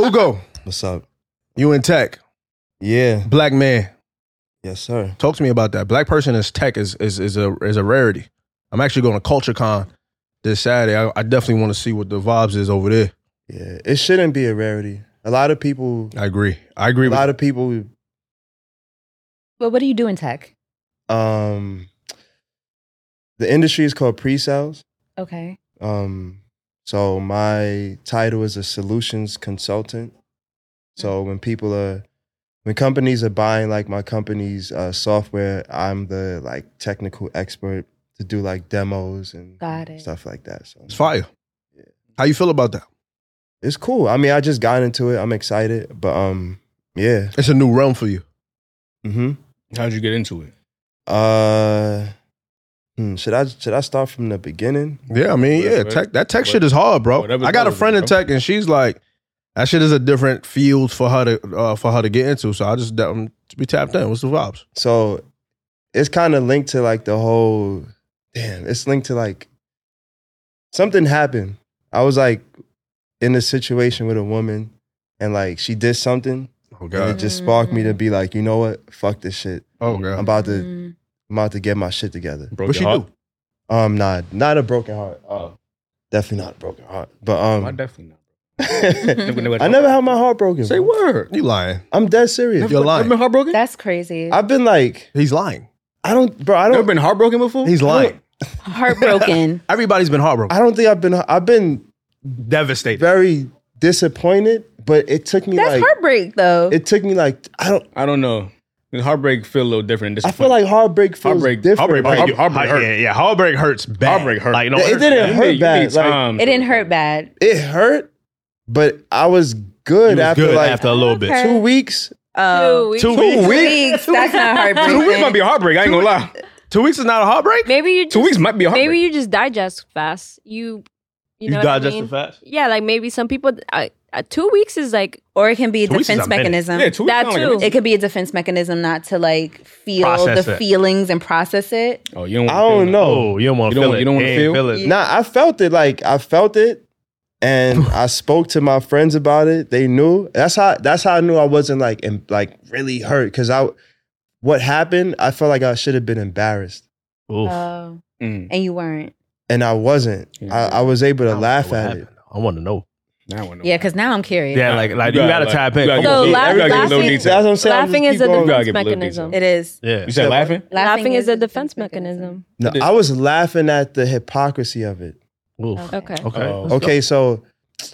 Speaker 1: Ugo,
Speaker 4: What's up?
Speaker 1: you in tech,
Speaker 4: Yeah.
Speaker 1: black man.
Speaker 4: Yes, sir.
Speaker 1: Talk to me about that. Black person is tech is is is a is a rarity. I'm actually going to Culture Con this Saturday. I, I definitely want to see what the vibes is over there.
Speaker 4: Yeah. It shouldn't be a rarity. A lot of people
Speaker 1: I agree. I agree
Speaker 4: a
Speaker 1: with
Speaker 4: lot of people
Speaker 3: Well, what do you do in tech?
Speaker 4: um the industry is called pre-sales.
Speaker 3: Okay.
Speaker 4: Um, so my title is a solutions consultant.
Speaker 3: Mm.
Speaker 4: So when people are, when companies are buying like my company's uh, software, I'm the like technical expert to do like demos and
Speaker 3: Got it.
Speaker 4: stuff like that. So
Speaker 1: It's fire. How you feel about that?
Speaker 4: it's cool. I mean, I just got into it. I'm excited, but um, yeah.
Speaker 1: It's a new realm for you.
Speaker 4: Mm-hmm.
Speaker 2: How'd you get into it?
Speaker 4: Uh, hmm, should I should I start from the beginning?
Speaker 1: Yeah, I mean, yeah,
Speaker 2: Whatever.
Speaker 1: tech, that tech shit is hard, bro.
Speaker 2: Whatever
Speaker 1: I got a
Speaker 2: goes,
Speaker 1: friend in
Speaker 2: bro.
Speaker 1: tech, and she's like, that shit is a different field for her to uh, for her to get into. So I just um, to be tapped in. What's the vibes?
Speaker 4: So it's kind of linked to like the whole damn, it's linked to like something happened. I was like in a situation with a woman and like she did something
Speaker 1: Oh
Speaker 4: and it just sparked me to be like, you know what? Fuck this shit.
Speaker 1: Oh
Speaker 4: I'm
Speaker 1: god.
Speaker 4: about to
Speaker 3: Mm.
Speaker 4: I'm about to get my shit together.
Speaker 2: Broke
Speaker 1: What she do?
Speaker 4: Um nah, not a broken heart. Oh. Definitely not a broken heart. But um
Speaker 2: I definitely
Speaker 4: I
Speaker 1: Mm-hmm.
Speaker 2: not. Oh. Never,
Speaker 4: never had my heart broken.
Speaker 2: Say
Speaker 4: bro.
Speaker 2: word.
Speaker 1: You lying?
Speaker 4: I'm dead serious.
Speaker 1: You're
Speaker 2: Never been
Speaker 1: lying.
Speaker 2: heartbroken?
Speaker 3: That's crazy.
Speaker 4: I've been like,
Speaker 1: He's lying.
Speaker 4: I don't bro, I
Speaker 2: Never
Speaker 4: don't
Speaker 2: been heartbroken before?
Speaker 1: He's lying.
Speaker 3: Heartbroken.
Speaker 1: Everybody's been heartbroken,
Speaker 4: I don't think I've been I've been
Speaker 1: devastated.
Speaker 4: very disappointed, but it took me
Speaker 3: That's
Speaker 4: like
Speaker 3: heartbreak though.
Speaker 4: it took me like I don't
Speaker 2: I don't know. Heartbreak feel a little different.
Speaker 4: I feel like heartbreak feels
Speaker 2: Heartbreak-
Speaker 4: different.
Speaker 2: heartbreak
Speaker 4: Like,
Speaker 2: might be- heartbreak hurt.
Speaker 1: Yeah, yeah. Heartbreak hurts bad.
Speaker 2: Heartbreak hurt.
Speaker 1: Like no,
Speaker 4: It
Speaker 1: hurts
Speaker 4: didn't
Speaker 1: bad.
Speaker 4: hurt bad, like-
Speaker 2: time.
Speaker 3: it didn't hurt bad.
Speaker 4: it hurt, but I was
Speaker 1: You
Speaker 4: good
Speaker 1: was
Speaker 4: after
Speaker 1: good
Speaker 4: like
Speaker 1: after a little bit.
Speaker 3: Okay.
Speaker 4: two weeks.
Speaker 3: Oh,
Speaker 5: Uh, Two
Speaker 1: Two
Speaker 5: weeks.
Speaker 1: weeks.
Speaker 3: two weeks. That's not heartbreak.
Speaker 2: Two weeks might be a heartbreak. I ain't gonna lie.
Speaker 1: Two weeks is not a heartbreak.
Speaker 5: Maybe you just,
Speaker 2: Two weeks might be a heartbreak.
Speaker 5: maybe you just digest fast. You you know what I mean?
Speaker 1: fast.
Speaker 5: Yeah, like maybe some people uh, uh, two weeks is like
Speaker 3: or it can be a
Speaker 1: Two weeks is
Speaker 3: defense
Speaker 1: a minute.
Speaker 3: mechanism.
Speaker 2: yeah, two weeks
Speaker 5: that
Speaker 2: sound like a
Speaker 5: too.
Speaker 2: minute.
Speaker 3: it could be a defense mechanism not to like feel
Speaker 1: Process
Speaker 3: the
Speaker 1: it.
Speaker 3: feelings and process it.
Speaker 2: Oh, you don't.
Speaker 4: I don't
Speaker 2: wanna feel
Speaker 4: know.
Speaker 1: Oh, you don't want to
Speaker 2: You don't
Speaker 1: feel
Speaker 2: want-
Speaker 1: it.
Speaker 2: you don't wanna
Speaker 1: Hey,
Speaker 2: feel?
Speaker 1: it.
Speaker 4: Nah, I felt it. Like I felt it, and I spoke to my friends about it. They knew. That's how. That's how I knew I wasn't like em- like really hurt because I. What happened? I felt like I should have been embarrassed,
Speaker 1: Oof.
Speaker 5: Uh,
Speaker 3: Oh,
Speaker 2: that. Mm,
Speaker 3: and you weren't.
Speaker 4: and I wasn't.
Speaker 2: Yeah.
Speaker 4: I, I was able
Speaker 1: I
Speaker 4: to
Speaker 5: uh,
Speaker 1: don't
Speaker 4: laugh
Speaker 1: know what
Speaker 4: at it.
Speaker 1: happened. I want to know.
Speaker 2: now I wanna know.
Speaker 3: Yeah, because now I'm curious.
Speaker 1: Yeah, like like you gotta tap in.
Speaker 5: gotta So
Speaker 2: you
Speaker 5: la-
Speaker 2: gotta give a
Speaker 5: laughing-
Speaker 2: little detail.
Speaker 4: That's what I'm saying. I'm
Speaker 5: laughing
Speaker 4: just
Speaker 5: is
Speaker 4: keep
Speaker 5: a
Speaker 4: going.
Speaker 2: gotta
Speaker 5: defense
Speaker 2: give a little
Speaker 5: mechanism.
Speaker 3: It is.
Speaker 1: Yeah.
Speaker 2: You said laughing?
Speaker 5: Laughing is a defense mechanism.
Speaker 4: No,
Speaker 2: It is.
Speaker 4: I was laughing at the hypocrisy of it.
Speaker 1: Oof.
Speaker 5: Okay.
Speaker 1: Okay.
Speaker 2: Oh.
Speaker 1: Let's
Speaker 4: Okay, so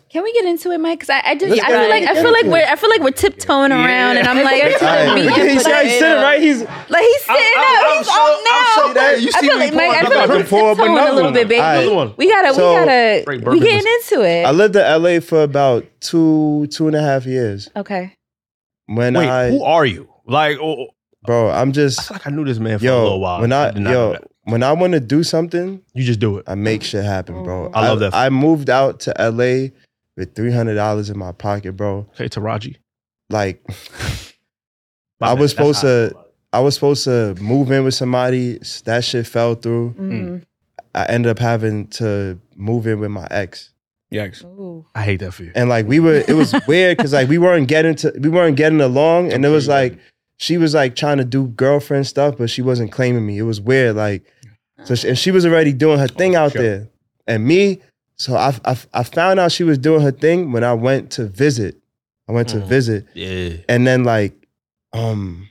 Speaker 3: Can we get into it, Mike? Because I, I just
Speaker 4: Let's
Speaker 3: I feel
Speaker 4: get
Speaker 3: like I
Speaker 4: into
Speaker 3: feel like
Speaker 4: it.
Speaker 3: we're I feel like we're tiptoeing around, and I'm like
Speaker 5: Let's
Speaker 4: all
Speaker 5: get
Speaker 4: right.
Speaker 5: Be
Speaker 4: You see how he's
Speaker 5: empathetic.
Speaker 4: sitting right. He's
Speaker 3: like he's sitting
Speaker 1: I'm-
Speaker 3: up.
Speaker 1: I'm
Speaker 3: He's
Speaker 1: so-
Speaker 3: on now.
Speaker 1: I'm so there. You
Speaker 3: I
Speaker 1: see
Speaker 3: feel
Speaker 1: me
Speaker 3: like
Speaker 1: pouring-
Speaker 3: Mike. I
Speaker 1: I'm
Speaker 3: feel like
Speaker 1: about
Speaker 3: we're
Speaker 1: to pour up
Speaker 3: tiptoeing a
Speaker 1: another
Speaker 3: little
Speaker 1: one.
Speaker 3: bit, baby.
Speaker 4: All right.
Speaker 1: one.
Speaker 3: We gotta
Speaker 4: So-
Speaker 3: we gotta
Speaker 1: Frank
Speaker 3: we
Speaker 1: Bergman
Speaker 3: getting into it.
Speaker 4: I lived in LA for about two two and a half years.
Speaker 3: okay.
Speaker 4: When
Speaker 1: Wait,
Speaker 4: I
Speaker 1: who are you? Like, oh, oh,
Speaker 4: bro, I'm
Speaker 1: I
Speaker 4: just
Speaker 1: feel like I knew this man for a
Speaker 4: yo.
Speaker 1: little while.
Speaker 4: when I,
Speaker 1: did not know
Speaker 4: yo
Speaker 1: that.
Speaker 4: when I want to do something,
Speaker 1: you just do it.
Speaker 4: I make shit happen, bro.
Speaker 1: I love that.
Speaker 4: I moved out to LA with three hundred dollars in my pocket, bro.
Speaker 1: Okay, Taraji.
Speaker 4: Like
Speaker 1: My
Speaker 4: I
Speaker 1: bad. That's
Speaker 4: was supposed
Speaker 1: how I
Speaker 4: to. I was supposed to move in with somebody. That shit fell through.
Speaker 3: Mm.
Speaker 4: I ended up having to move in with my ex.
Speaker 2: Yikes.
Speaker 4: Mm.
Speaker 3: Ooh.
Speaker 1: I hate that for you.
Speaker 4: and like we were it was weird because like we weren't getting to we weren't getting along and it was like she was like trying to do girlfriend stuff but she wasn't claiming me it was weird like so she, and she was already doing her thing out
Speaker 2: sure.
Speaker 4: there and me so I, I i found out she was doing her thing when i went to visit i went to
Speaker 1: Mhm.
Speaker 4: visit
Speaker 1: Yeah.
Speaker 4: and then like um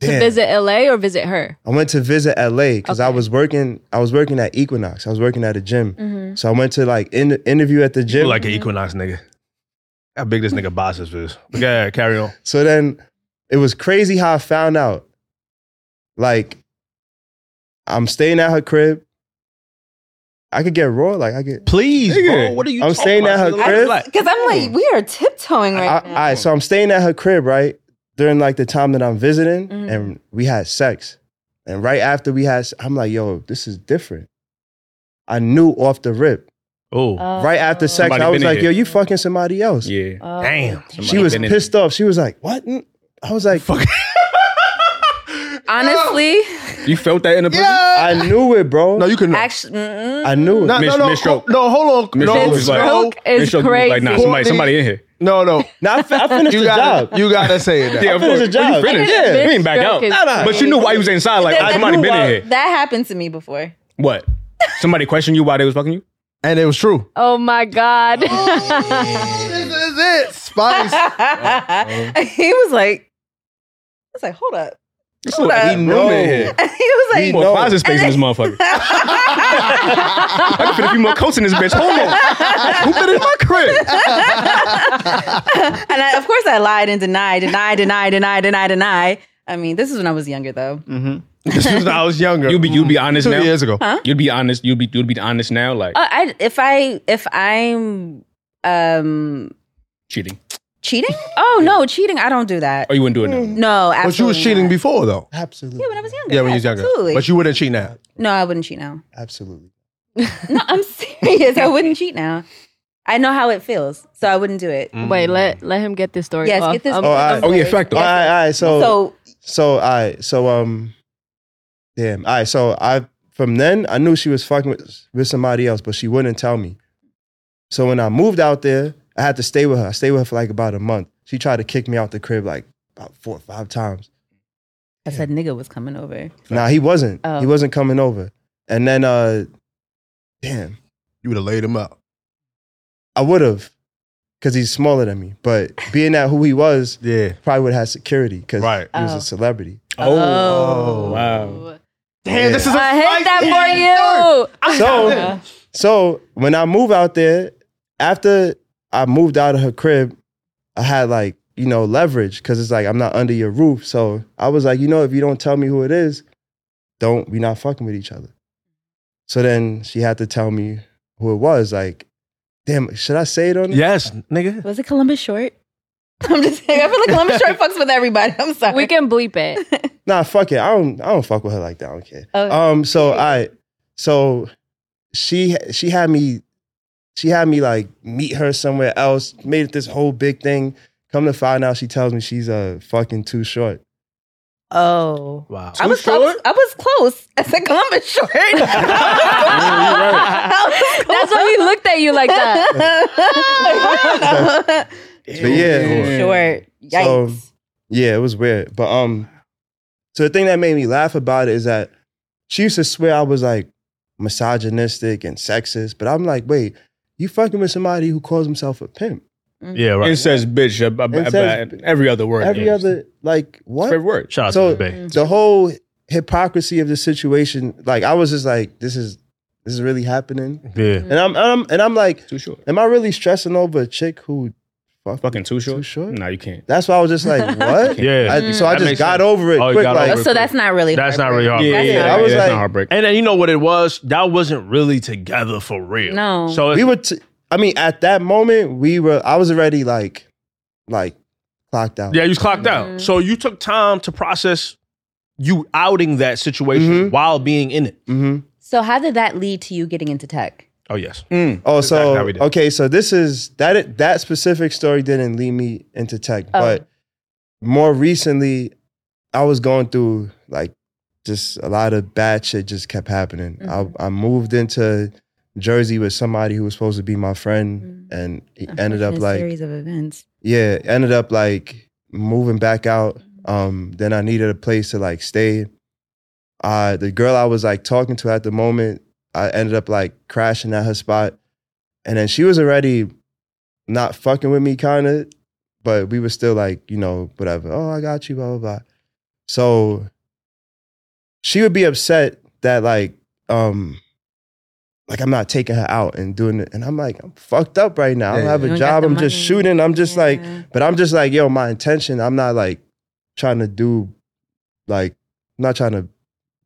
Speaker 5: To
Speaker 4: damn,
Speaker 5: visit LA or visit her.
Speaker 4: i went to visit la because i
Speaker 5: Okay.
Speaker 4: was working i was working at equinox i was working at a gym
Speaker 3: Mm-hmm.
Speaker 4: so i went to like in, interview at the
Speaker 1: You
Speaker 4: gym
Speaker 1: look like an Equinox nigga. How big this nigga biceps is. Yeah, carry on.
Speaker 4: So then it was crazy how I found out. Like, I'm staying at her crib. I could get raw. Like, I get.
Speaker 1: Please,
Speaker 2: Nigga.
Speaker 1: bro. What are you?
Speaker 4: I'm
Speaker 1: talking
Speaker 4: staying
Speaker 1: about?
Speaker 4: at her
Speaker 1: Nigga,
Speaker 4: crib.
Speaker 1: relax.
Speaker 3: Because I'm like we are tiptoeing
Speaker 4: I,
Speaker 3: right now.
Speaker 4: I- all right, so I'm staying at her crib, right? During like the time that I'm visiting,
Speaker 3: Mhm.
Speaker 4: and we had sex. And right after we had, s- I'm like, yo, this is different. I knew off the rip.
Speaker 1: Oh,
Speaker 5: Uh,
Speaker 4: right after sex,
Speaker 2: Somebody
Speaker 4: I
Speaker 2: been
Speaker 4: was
Speaker 2: in
Speaker 4: like, yo,
Speaker 2: here.
Speaker 4: you fucking somebody else.
Speaker 2: Yeah.
Speaker 3: Oh,
Speaker 1: Damn.
Speaker 4: she was
Speaker 2: been in
Speaker 4: pissed off. She was like, what? Mm. I was like,
Speaker 1: fuck.
Speaker 3: Honestly,
Speaker 2: You felt that in the pussy?
Speaker 4: I knew it, bro.
Speaker 1: no, you can.
Speaker 3: actually, mm-hmm. mm-mm.
Speaker 4: I knew it.
Speaker 1: no,
Speaker 2: Miss-
Speaker 1: no, no,
Speaker 2: Miss Stroke.
Speaker 1: no. Hold on.
Speaker 2: Miss
Speaker 1: No,
Speaker 2: Stroke
Speaker 1: no,
Speaker 2: was like-
Speaker 1: no,
Speaker 5: Stroke is
Speaker 2: Shook, you was
Speaker 5: crazy.
Speaker 2: Like, nah, somebody, somebody in here.
Speaker 1: no, no.
Speaker 4: Now I, f- I finished
Speaker 1: You
Speaker 4: the
Speaker 1: gotta,
Speaker 4: job.
Speaker 1: you gotta say that.
Speaker 2: Yeah, of course.
Speaker 4: finished the job.
Speaker 2: You finished.
Speaker 4: Yeah.
Speaker 2: You ain't back
Speaker 5: Stroke
Speaker 2: out.
Speaker 5: is Nah, nah.
Speaker 2: But you knew why you was inside. Like,
Speaker 3: That-
Speaker 2: ah, somebody
Speaker 4: I knew
Speaker 2: been in
Speaker 4: why-
Speaker 2: here.
Speaker 3: that happened to me before.
Speaker 2: What? Somebody questioned you why they was fucking you?
Speaker 1: and it was true.
Speaker 5: Oh my God.
Speaker 1: this is
Speaker 4: Oh,
Speaker 1: it, Spice.
Speaker 3: he was like, I was like, hold up.
Speaker 2: This little eating room in here.
Speaker 3: And he was like,
Speaker 4: We
Speaker 2: Need more
Speaker 4: know.
Speaker 2: closet space in this motherfucker. I can fit a few more coats in this bitch. Hold on. Who fit in my crib?
Speaker 3: and I, of course, I lied and denied, deny, deny, deny, deny, deny. I mean, this is when I was younger, though.
Speaker 1: Mm. This was when I was younger.
Speaker 2: You'd be- you'd be honest
Speaker 1: Two
Speaker 2: now?
Speaker 1: years ago.
Speaker 2: You'd be honest. You'd be you'd be honest now, like
Speaker 3: Uh, I, if I if I'm um
Speaker 2: cheating.
Speaker 3: cheating, oh no, cheating, I don't do that.
Speaker 2: Oh, you wouldn't do it now.
Speaker 3: No, absolutely.
Speaker 1: But you was cheating
Speaker 3: not.
Speaker 1: before though.
Speaker 4: Absolutely.
Speaker 3: Yeah, when I was younger.
Speaker 1: Yeah, when you was younger.
Speaker 3: Absolutely.
Speaker 1: But you wouldn't cheat now.
Speaker 3: no, I wouldn't cheat now.
Speaker 4: Absolutely.
Speaker 3: No, I'm serious. I wouldn't cheat now. I know how it feels, so I wouldn't do
Speaker 1: Mm.
Speaker 3: it.
Speaker 5: Mm. Wait, let let him get this story.
Speaker 3: Yes,
Speaker 5: off.
Speaker 3: get this.
Speaker 5: I'm-
Speaker 4: Oh, I-
Speaker 2: Oh yeah, fact though.
Speaker 4: All right, all right. So, so,
Speaker 3: So
Speaker 4: all right. So, um, damn. All right. So, I, from then, I knew she was fucking with, with somebody else, but she wouldn't tell me. So, when I moved out there, I had to stay with her. I stayed with her for like about a month. She tried to kick me out the crib like about four or five times.
Speaker 3: I said, nigga was coming over.
Speaker 4: Nah, he wasn't.
Speaker 3: Oh.
Speaker 4: He wasn't coming over. And then, uh, damn,
Speaker 1: You would have laid him out.
Speaker 4: I would have, because he's smaller than me. But being that who he was,
Speaker 1: Yeah.
Speaker 4: probably would have had security because
Speaker 1: Right.
Speaker 4: he was
Speaker 3: Oh.
Speaker 4: a celebrity.
Speaker 1: Oh,
Speaker 2: wow.
Speaker 1: Damn, this is a
Speaker 5: I hate that
Speaker 1: spicy story.
Speaker 5: for you.
Speaker 4: So, so when I move out there, after I moved out of her crib, I had like you know leverage because it's like I'm not under your roof. So I was like, you know, if you don't tell me who it is, don't we not fucking with each other. So then she had to tell me who it was. Like, damn, should I say it on?
Speaker 1: Yes, nigga.
Speaker 3: Was it Columbus Short? I'm just saying. I feel like Columbus Short fucks with everybody. I'm sorry.
Speaker 5: We can bleep it.
Speaker 4: Nah, fuck it. I don't. I don't fuck with her like that. I don't care.
Speaker 3: Okay.
Speaker 4: Um. So I. So she she had me. She had me like meet her somewhere else. Made it this whole big thing. Come to find out, she tells me she's uh fucking too short.
Speaker 3: oh.
Speaker 1: Wow.
Speaker 3: I was, I was I was close. I said Columbus Short.
Speaker 5: That's why he looked at you like that.
Speaker 3: that.
Speaker 4: But yeah,
Speaker 2: Yeah.
Speaker 3: Short. Yikes.
Speaker 4: yeah, it was weird. But um, so the thing that made me laugh about it is that she used to swear I was like misogynistic and sexist. But I'm like, wait, you fucking with somebody who calls himself a pimp?
Speaker 1: Yeah,
Speaker 2: It
Speaker 1: right.
Speaker 2: says bitch ab- ab-
Speaker 4: It says-
Speaker 2: ab- every other word.
Speaker 4: Every
Speaker 2: yeah.
Speaker 4: other like what?
Speaker 2: favorite word.
Speaker 1: Shout out
Speaker 4: So-
Speaker 1: to the Bay.
Speaker 4: the whole hypocrisy of the situation like i was just like this is this is really happening
Speaker 1: Yeah.
Speaker 4: and i'm and i'm, and I'm like
Speaker 2: Too short.
Speaker 4: am i really stressing over a chick who fuck
Speaker 2: Fucking too short.
Speaker 4: Too short?
Speaker 2: No, you can't.
Speaker 4: that's why i was just like what
Speaker 1: Yeah.
Speaker 4: I, so i
Speaker 1: That
Speaker 4: just
Speaker 1: makes
Speaker 4: got
Speaker 1: sense.
Speaker 4: over it
Speaker 1: Oh, you
Speaker 4: quick
Speaker 1: got
Speaker 4: like
Speaker 1: over it.
Speaker 3: So that's not really.
Speaker 1: That's not really hard.
Speaker 2: Yeah, yeah,
Speaker 3: That's
Speaker 2: yeah.
Speaker 3: not-
Speaker 4: I was
Speaker 2: yeah,
Speaker 4: like-
Speaker 2: that's not heartbreak.
Speaker 1: And then you know what it was? Y'all wasn't really together for real.
Speaker 3: No.
Speaker 1: So it's,
Speaker 4: we were t- i mean at that moment we were i was already like like clocked out
Speaker 1: yeah, you was clocked
Speaker 3: Mhm.
Speaker 1: out. So you took time to process you outing that situation
Speaker 4: Mhm.
Speaker 1: while being in it.
Speaker 4: hmm
Speaker 3: So how did that lead to you getting into tech?
Speaker 1: Oh yes.
Speaker 2: Mm.
Speaker 4: oh
Speaker 1: Exactly
Speaker 4: so
Speaker 1: how we did.
Speaker 4: okay so this is that that specific story didn't lead me into tech
Speaker 3: Oh.
Speaker 4: but more recently, I was going through like just a lot of bad shit just kept happening.
Speaker 3: Mhm.
Speaker 4: I, I moved into Jersey with somebody who was supposed to be my friend,
Speaker 3: Mhm.
Speaker 4: and he ended up
Speaker 3: Unfortunate
Speaker 4: like
Speaker 3: series of events.
Speaker 4: yeah, ended up like moving back out. Um, then I needed a place to like stay. Uh, the girl I was like talking to at the moment, I ended up like crashing at her spot, and then she was already not fucking with me, kind of, but we were still like, you know, whatever. Oh, I got you, blah blah blah. So she would be upset that like, um, like I'm not taking her out and doing it, and I'm like, I'm fucked up right now. I don't
Speaker 1: Yeah.
Speaker 4: have
Speaker 3: You
Speaker 4: a
Speaker 3: don't got
Speaker 4: job.
Speaker 3: the
Speaker 4: I'm just
Speaker 3: money.
Speaker 4: shooting. I'm just like
Speaker 3: Yeah.
Speaker 4: but I'm just like, yo, my intention, I'm not like trying to do, like, I'm not trying to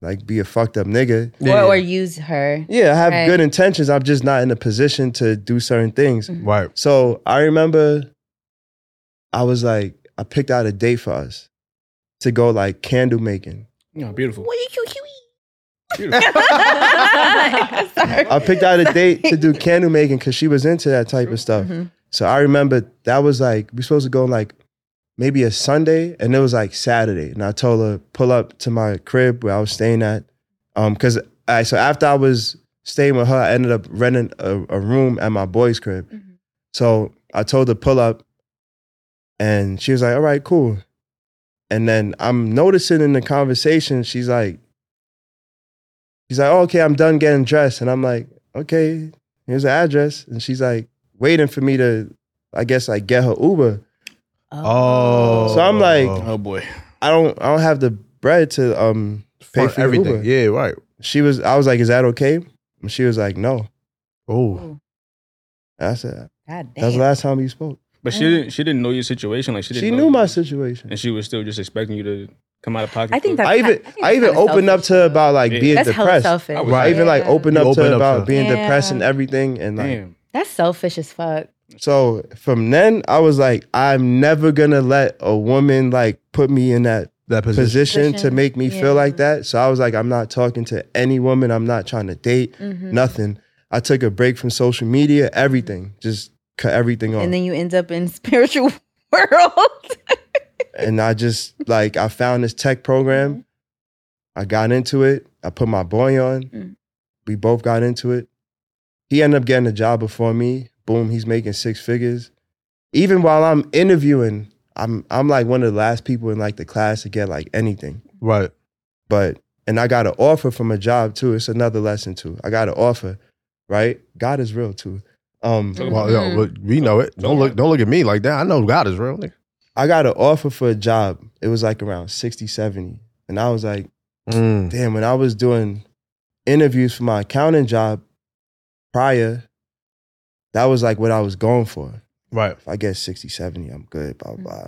Speaker 4: like be a fucked up nigga.
Speaker 3: Or, or use her.
Speaker 4: Yeah, I have
Speaker 3: Right.
Speaker 4: good intentions. I'm just not in a position to do certain things.
Speaker 3: Mhm.
Speaker 1: Right.
Speaker 4: So I remember I was like, I picked out a day for us to go like candle making.
Speaker 2: No, beautiful.
Speaker 3: What you cute?
Speaker 2: Beautiful.
Speaker 3: Sorry.
Speaker 4: I picked out a date to do candle making because she was into that type of stuff.
Speaker 3: Mhm.
Speaker 4: So I remember that was like we supposed to go on like maybe a Sunday, and it was like Saturday. And I told her pull up to my crib where I was staying at, um, because I so after I was staying with her, I ended up renting a, a room at my boy's crib.
Speaker 3: Mhm.
Speaker 4: So I told her pull up, and she was like, "All right, cool." And then I'm noticing in the conversation, she's like, she's like, oh, "Okay, I'm done getting dressed," and I'm like, "Okay, here's the address," and she's like waiting for me to, I guess, like get her Uber.
Speaker 1: Oh.
Speaker 4: So I'm like-
Speaker 2: oh boy.
Speaker 4: I don't, I don't have the bread to um pay
Speaker 1: For
Speaker 4: for, your
Speaker 1: everything.
Speaker 4: Uber.
Speaker 1: Yeah, right.
Speaker 4: She was. I was like, "Is that okay?" And she was like, "No."
Speaker 1: Oh,
Speaker 3: Ooh,
Speaker 4: And I said,
Speaker 3: God damn.
Speaker 4: "That's the last time you spoke."
Speaker 2: But
Speaker 3: Mm.
Speaker 2: she didn't. She didn't know your situation. Like she didn't.
Speaker 4: She
Speaker 2: know
Speaker 4: knew
Speaker 2: you.
Speaker 4: my situation.
Speaker 2: and she was still just expecting you to come out of pocket.
Speaker 3: I think
Speaker 2: for-
Speaker 3: that's
Speaker 4: I even
Speaker 3: ki- I think
Speaker 4: I,
Speaker 3: that's
Speaker 4: even
Speaker 3: kinda
Speaker 4: opened up
Speaker 3: selfish,
Speaker 4: to
Speaker 3: though.
Speaker 4: about like
Speaker 2: Yeah.
Speaker 4: being
Speaker 3: that's hella
Speaker 4: depressed.
Speaker 3: selfish.
Speaker 2: I was
Speaker 4: I even like
Speaker 3: Yeah.
Speaker 4: opened
Speaker 1: You
Speaker 4: up
Speaker 1: opened
Speaker 4: to
Speaker 1: up
Speaker 4: about
Speaker 1: to-
Speaker 4: being
Speaker 3: Yeah.
Speaker 4: depressed and everything and like
Speaker 2: damn.
Speaker 3: That's selfish as fuck.
Speaker 4: so from then I was like I'm never gonna let a woman like put me in that
Speaker 1: that position.
Speaker 4: position, to
Speaker 5: Position,
Speaker 4: make me
Speaker 5: yeah.
Speaker 4: feel like that. So I was like I'm not talking to any woman, I'm not trying to date,
Speaker 3: Mhm.
Speaker 4: nothing. I took a break from social media, everything. Just cut everything off.
Speaker 3: And then you end up in spiritual world.
Speaker 4: and I just like I found this tech
Speaker 3: Mm-hmm.
Speaker 4: program. I got into it. I put my boy on.
Speaker 3: Mm.
Speaker 4: We both got into it. He ended up getting a job before me. Boom, he's making six figures. Even while I'm interviewing, I'm I'm like one of the last people in like the class to get like anything.
Speaker 1: Right.
Speaker 4: But and I got an offer from a job too. It's another lesson too. I got an offer, right? God is real too. Um,
Speaker 1: Well, yo,
Speaker 3: Mhm.
Speaker 1: but we know it. Don't look. Don't look at me like that. I know God is real. Nigga.
Speaker 4: I got an offer for a job. It was like around 60, 70. And I was like,
Speaker 1: Mm.
Speaker 4: damn, when I was doing interviews for my accounting job prior, that was like what I was going for.
Speaker 1: Right.
Speaker 4: If I get 60, 70, I'm good, blah, blah. blah.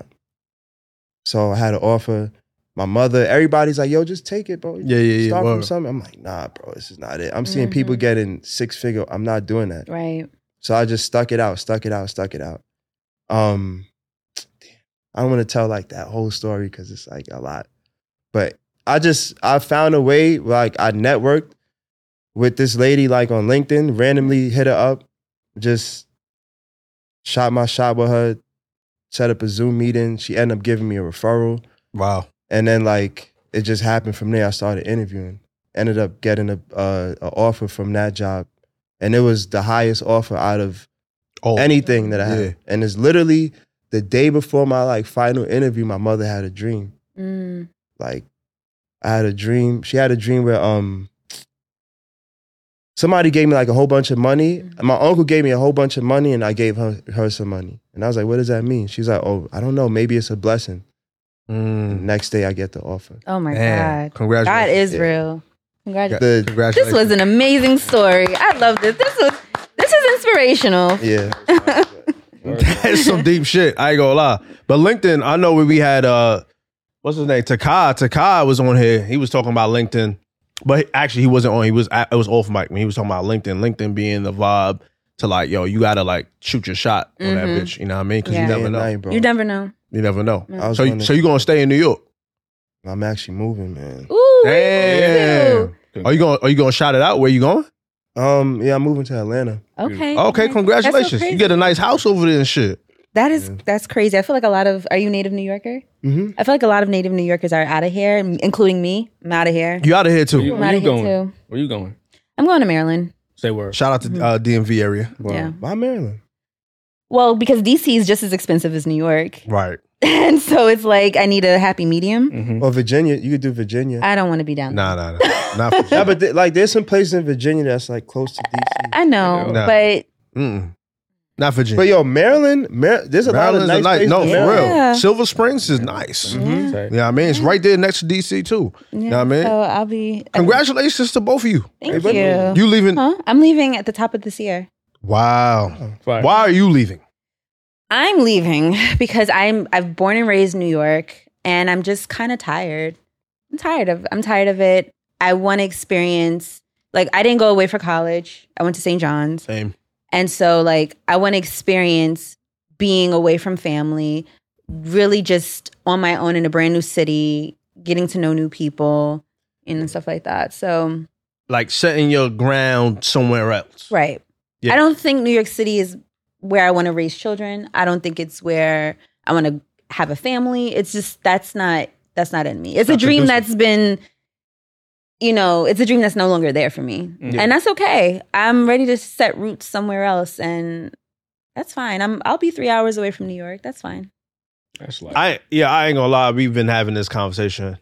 Speaker 4: So I had an offer. My mother, everybody's like, yo, just take it, bro.
Speaker 1: Yeah, yeah, yeah.
Speaker 4: Start
Speaker 1: Well,
Speaker 4: from something. I'm like, nah, bro, this is not it. I'm seeing people getting six figure. I'm not doing that.
Speaker 3: Right.
Speaker 4: So I just stuck it out, stuck it out, stuck it out. Um, I don't want to tell like that whole story because it's like a lot, but I just I found a way. Like I networked with this lady like on LinkedIn, randomly hit her up, just shot my shot with her, set up a Zoom meeting. She ended up giving me a referral,
Speaker 1: wow.
Speaker 4: and then like it just happened from there. I started interviewing, ended up getting a uh, a offer from that job, and it was the highest offer out of
Speaker 1: Oh,
Speaker 4: anything that I had.
Speaker 1: Yeah.
Speaker 4: And it's literally the day before my like final interview, my mother had a dream.
Speaker 3: Mm.
Speaker 4: Like I had a dream. She had a dream where um somebody gave me like a whole bunch of money.
Speaker 3: Mhm.
Speaker 4: And My uncle gave me a whole bunch of money and I gave her her some money. And I was like, what does that mean? She's like, oh, I don't know. Maybe it's a blessing.
Speaker 1: Mm.
Speaker 4: Next day I get the offer.
Speaker 3: Oh my
Speaker 1: Man,
Speaker 3: God.
Speaker 1: congratulations.
Speaker 3: God is
Speaker 4: Yeah.
Speaker 3: real. Congratulations.
Speaker 4: The
Speaker 1: Congratulations.
Speaker 3: This was an amazing story. I love this. This was this is inspirational.
Speaker 4: yeah.
Speaker 1: That's some deep shit. I ain't gonna lie. But LinkedIn, I know where we had uh what's his name? Takai. Takai was on here. He was talking about LinkedIn. But actually he wasn't on. He was it was off mic when he was talking about LinkedIn. LinkedIn being the vibe to like, yo, you gotta like shoot your shot on that
Speaker 3: Mhm.
Speaker 1: bitch. You know what I mean? Cause
Speaker 3: Yeah.
Speaker 1: you never
Speaker 4: Day and
Speaker 1: know.
Speaker 4: night, bro.
Speaker 3: You never know.
Speaker 1: You never know.
Speaker 4: I was
Speaker 1: So
Speaker 4: gonna-
Speaker 1: so you gonna stay in New York.
Speaker 4: I'm actually moving, man.
Speaker 3: Ooh, me
Speaker 1: Damn.
Speaker 3: too.
Speaker 1: Are you gonna are you gonna shout it out? Where you going?
Speaker 4: Um, yeah, I'm moving to Atlanta.
Speaker 3: Okay.
Speaker 1: Okay, congratulations.
Speaker 3: crazy.
Speaker 1: you get a nice house over there and shit.
Speaker 3: That is that's crazy. I feel like a lot of are you a native New Yorker?
Speaker 4: Mm-hmm.
Speaker 3: I feel like a lot of native New Yorkers are out of here, m- including me. I'm out of here.
Speaker 1: You out of here too.
Speaker 2: You-
Speaker 3: I'm
Speaker 2: where
Speaker 3: out
Speaker 2: you
Speaker 3: of here
Speaker 2: going?
Speaker 3: too.
Speaker 2: Where you going?
Speaker 3: I'm going to Maryland.
Speaker 2: Say word.
Speaker 1: Shout out to
Speaker 3: Mm-hmm.
Speaker 1: uh, DMV area.
Speaker 3: Yeah.
Speaker 4: Why Maryland?
Speaker 3: Well, because DC is just as expensive as New York.
Speaker 1: Right.
Speaker 3: And so it's like I need a happy medium.
Speaker 1: Mm-hmm.
Speaker 2: Mhm.
Speaker 4: Well, Virginia. You could do Virginia.
Speaker 3: I don't want to be down there.
Speaker 1: Nah, nah, nah. Not for
Speaker 4: Yeah, but th- like there's some places in Virginia that's like close to DC.
Speaker 3: I know,
Speaker 1: Nah.
Speaker 3: but
Speaker 1: Mm-mm. Not Virginia.
Speaker 4: But yo, Maryland, Mar- there's a
Speaker 1: Maryland's
Speaker 4: lot
Speaker 1: a
Speaker 4: of nice
Speaker 1: nice.
Speaker 4: places.
Speaker 1: No,
Speaker 4: in
Speaker 1: for real.
Speaker 4: Maryland.
Speaker 3: Yeah.
Speaker 1: Silver Springs is nice. Yeah,
Speaker 2: Mhm.
Speaker 3: Yeah.
Speaker 2: Say-
Speaker 1: I mean, it's right there next to DC too.
Speaker 3: yeah,
Speaker 1: Nah, man.
Speaker 3: so I'll be uh,
Speaker 1: Congratulations to both of you.
Speaker 3: Thank
Speaker 4: Hey,
Speaker 3: you.
Speaker 1: You leaving?
Speaker 3: Huh? I'm leaving at the top of this year.
Speaker 1: Wow.
Speaker 2: Fire.
Speaker 1: Why are you leaving?
Speaker 3: I'm leaving because I'm I've born and raised New York and I'm just kind of tired. I'm tired of I'm tired of it. I want to experience like I didn't go away for college. I went to St. John's.
Speaker 1: Same.
Speaker 3: And so like I want to experience being away from family, really just on my own in a brand new city, getting to know new people and stuff like that. So,
Speaker 1: Like setting your ground somewhere else.
Speaker 3: right.
Speaker 1: Yeah.
Speaker 3: I don't think New York City is where I want to raise children. I don't think it's where I want to have a family. It's just that's not that's not in me. It's
Speaker 1: Not
Speaker 3: a dream
Speaker 1: conducive.
Speaker 3: that's been you know, it's a dream that's no longer there for me.
Speaker 2: Yeah.
Speaker 3: And that's okay. I'm ready to set roots somewhere else and that's fine. I'm I'll be 3 hours away from New York. That's fine.
Speaker 2: That's like
Speaker 1: I yeah, I ain't gonna lie. We've been having this conversation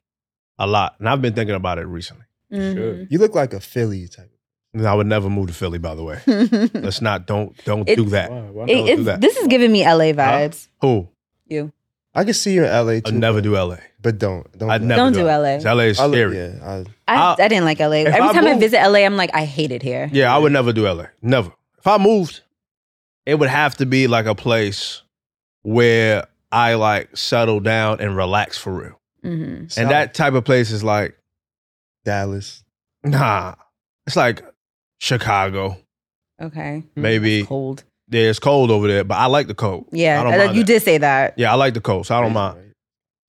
Speaker 1: a lot, and I've been thinking about it recently.
Speaker 2: Sure.
Speaker 4: You look like a Philly type.
Speaker 1: And I would never move to Philly, by the way.
Speaker 3: Mhm.
Speaker 1: Let's not don't don't
Speaker 3: It-
Speaker 1: do that.
Speaker 2: Why? Why
Speaker 3: It-
Speaker 2: not?
Speaker 1: do
Speaker 3: it's-
Speaker 1: that.
Speaker 3: this is giving me LA vibes.
Speaker 1: Who?
Speaker 3: You.
Speaker 4: I could see you in LA
Speaker 1: I'd
Speaker 4: too,
Speaker 1: never do LA.
Speaker 4: but don't don't.
Speaker 1: I'd
Speaker 4: do
Speaker 1: never
Speaker 3: Don't
Speaker 1: do
Speaker 3: do
Speaker 1: LA.
Speaker 3: LA.
Speaker 1: LA is
Speaker 4: I li-
Speaker 1: scary.
Speaker 4: Yeah, I,
Speaker 3: I,
Speaker 1: I-
Speaker 3: I didn't like LA. Every
Speaker 1: I
Speaker 3: time I
Speaker 1: moved-
Speaker 3: visit LA, I'm like, I hate it here.
Speaker 1: Yeah, I would never do LA. Never. If I moved, it would have to be like a place where I like settle down and relax for real.
Speaker 3: hmm
Speaker 1: And that type of place is like,
Speaker 4: Dallas.
Speaker 1: nah. It's like Chicago.
Speaker 3: Okay.
Speaker 1: Maybe
Speaker 3: Hmm, Cold.
Speaker 1: yeah, it's cold over there, but I like the cold.
Speaker 3: Yeah.
Speaker 1: I don't
Speaker 3: I-
Speaker 1: mind
Speaker 3: you
Speaker 1: that.
Speaker 3: did say that.
Speaker 1: Yeah, I like the cold, so I don't mind.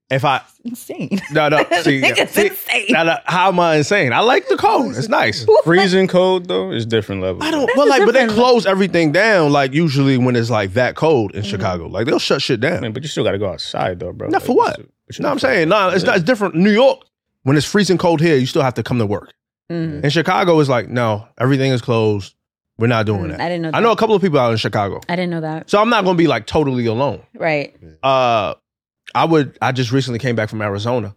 Speaker 1: If I
Speaker 3: It's insane.
Speaker 1: no no see,
Speaker 3: Like, it's
Speaker 1: see
Speaker 3: insane.
Speaker 1: now, now, how am I insane? I like the cold. It's nice.
Speaker 2: Freezing cold though is different level.
Speaker 1: I don't
Speaker 3: That's
Speaker 1: well
Speaker 3: a
Speaker 1: like but they
Speaker 3: different-
Speaker 1: close everything down like usually when it's like that cold in
Speaker 3: Mhm.
Speaker 1: Chicago. Like they'll shut shit down.
Speaker 2: Man, but you still got to go outside though, bro.
Speaker 1: Not for what?
Speaker 2: But
Speaker 1: You know what I'm saying? No, it's not. It's different. New York, when it's freezing cold here, you still have to come to work.
Speaker 3: Mm.
Speaker 1: In Chicago, it's like no, everything is closed. We're not doing
Speaker 3: Mm,
Speaker 1: that.
Speaker 3: I didn't know
Speaker 1: I know a
Speaker 3: that.
Speaker 1: couple of people out in Chicago,
Speaker 3: I didn't know that.
Speaker 1: so I'm not going to be like totally alone.
Speaker 3: Right.
Speaker 1: Uh, I would. I just recently came back from Arizona.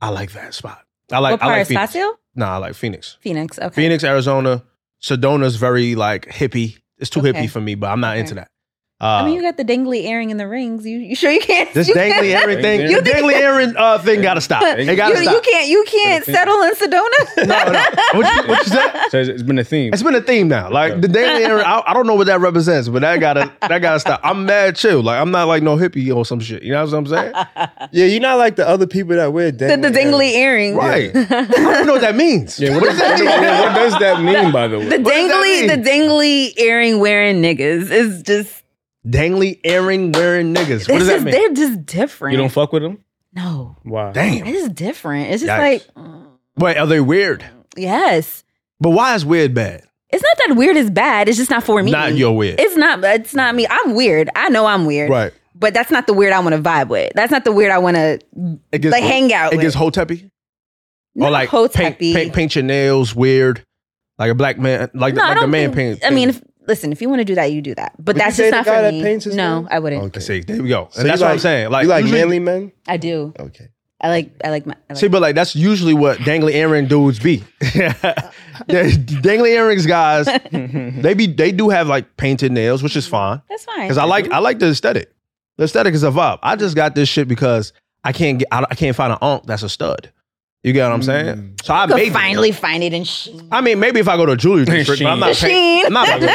Speaker 1: I like that spot. I like.
Speaker 3: what
Speaker 1: I
Speaker 3: part?
Speaker 1: like Phoenix.
Speaker 3: Scottsdale?
Speaker 1: Nah, I like Phoenix.
Speaker 3: Phoenix. Okay.
Speaker 1: Phoenix, Arizona. Sedona's very like hippie. It's too
Speaker 3: Okay.
Speaker 1: hippie for me, but I'm not
Speaker 3: Okay.
Speaker 1: into that. Uh,
Speaker 3: I mean, you got the dangly earring and the rings. You, you sure you can't?
Speaker 1: this
Speaker 3: you
Speaker 1: dangly
Speaker 3: can't-
Speaker 1: Aaron thing,
Speaker 2: You
Speaker 1: the dangly Aaron uh, thing got to stop. It got to
Speaker 3: you, you
Speaker 1: stop.
Speaker 3: can't. You can't settle in Sedona.
Speaker 1: No, no. What you, what you said?
Speaker 2: So it's- it's been a theme.
Speaker 1: It's been a theme now. Like the daily era, I, I don't know what that represents, but that gotta that gotta stop. I'm mad chill. Like I'm not like no hippie or some shit. You know what I'm saying?
Speaker 3: Uh,
Speaker 4: Yeah, you're not like the other people that wear
Speaker 3: the,
Speaker 4: dangly
Speaker 3: the dingly
Speaker 4: earrings.
Speaker 3: earring.
Speaker 1: Right.
Speaker 3: the
Speaker 1: I don't know what that means.
Speaker 2: yeah, what, does that mean? Yeah, what does that mean, by the way?
Speaker 1: does that mean?
Speaker 3: dangly, the dangly earring wearing niggas is just.
Speaker 1: Dangly earring wearing niggas. What does
Speaker 3: It's
Speaker 1: that
Speaker 3: just
Speaker 1: mean?
Speaker 3: they're just different.
Speaker 2: you don't fuck with them?
Speaker 3: no,
Speaker 2: Why?
Speaker 1: Damn.
Speaker 3: it's different. It's just
Speaker 1: Yikes.
Speaker 3: like, mm,
Speaker 1: Wait, are they weird?
Speaker 3: yes,
Speaker 1: But why is weird bad?
Speaker 3: it's not that weird is bad. It's just not for me.
Speaker 1: Not your weird.
Speaker 3: It's not. It's not me. I'm weird. I know I'm weird.
Speaker 1: Right.
Speaker 3: But that's not the weird I want to vibe with. That's not the weird I want to
Speaker 1: It gets
Speaker 3: like hang out.
Speaker 1: it
Speaker 3: with.
Speaker 1: gets hoteppy.
Speaker 3: Not
Speaker 1: or like paint,
Speaker 3: Hotep-y.
Speaker 1: paint paint your nails weird. Like a black man like, the,
Speaker 3: I
Speaker 1: like the
Speaker 3: don't
Speaker 1: man
Speaker 3: think-
Speaker 1: paint.
Speaker 3: I mean, if, listen, if you want to do that, you do that. But
Speaker 4: Would you
Speaker 3: that's just
Speaker 4: say the
Speaker 3: not
Speaker 4: guy
Speaker 3: for
Speaker 4: that
Speaker 3: me.
Speaker 4: paints his
Speaker 3: no,
Speaker 4: nails?
Speaker 3: I wouldn't.
Speaker 4: Okay.
Speaker 1: see, there we go. And
Speaker 4: So you
Speaker 1: that's what I'm
Speaker 4: like-
Speaker 1: saying.
Speaker 4: you like
Speaker 1: usually-
Speaker 4: manly men?
Speaker 3: I do.
Speaker 4: Okay.
Speaker 3: I like. I like. My, I like
Speaker 1: See, but like that's usually what dangly earring dudes be. Yeah, dangly earrings guys, they be they do have like painted nails, which is fine
Speaker 3: that's fine.
Speaker 1: because I like I like the aesthetic. The aesthetic is a vibe. I just got this shit because I can't get I, I can't find an unk that's a stud. You get what I'm saying?
Speaker 4: Mm.
Speaker 1: So I
Speaker 3: Could
Speaker 1: maybe,
Speaker 3: finally find it in Sheen.
Speaker 1: I mean maybe if I go to a jewelry district, but I'm not paying.
Speaker 3: Sheen.
Speaker 1: I'm not about to,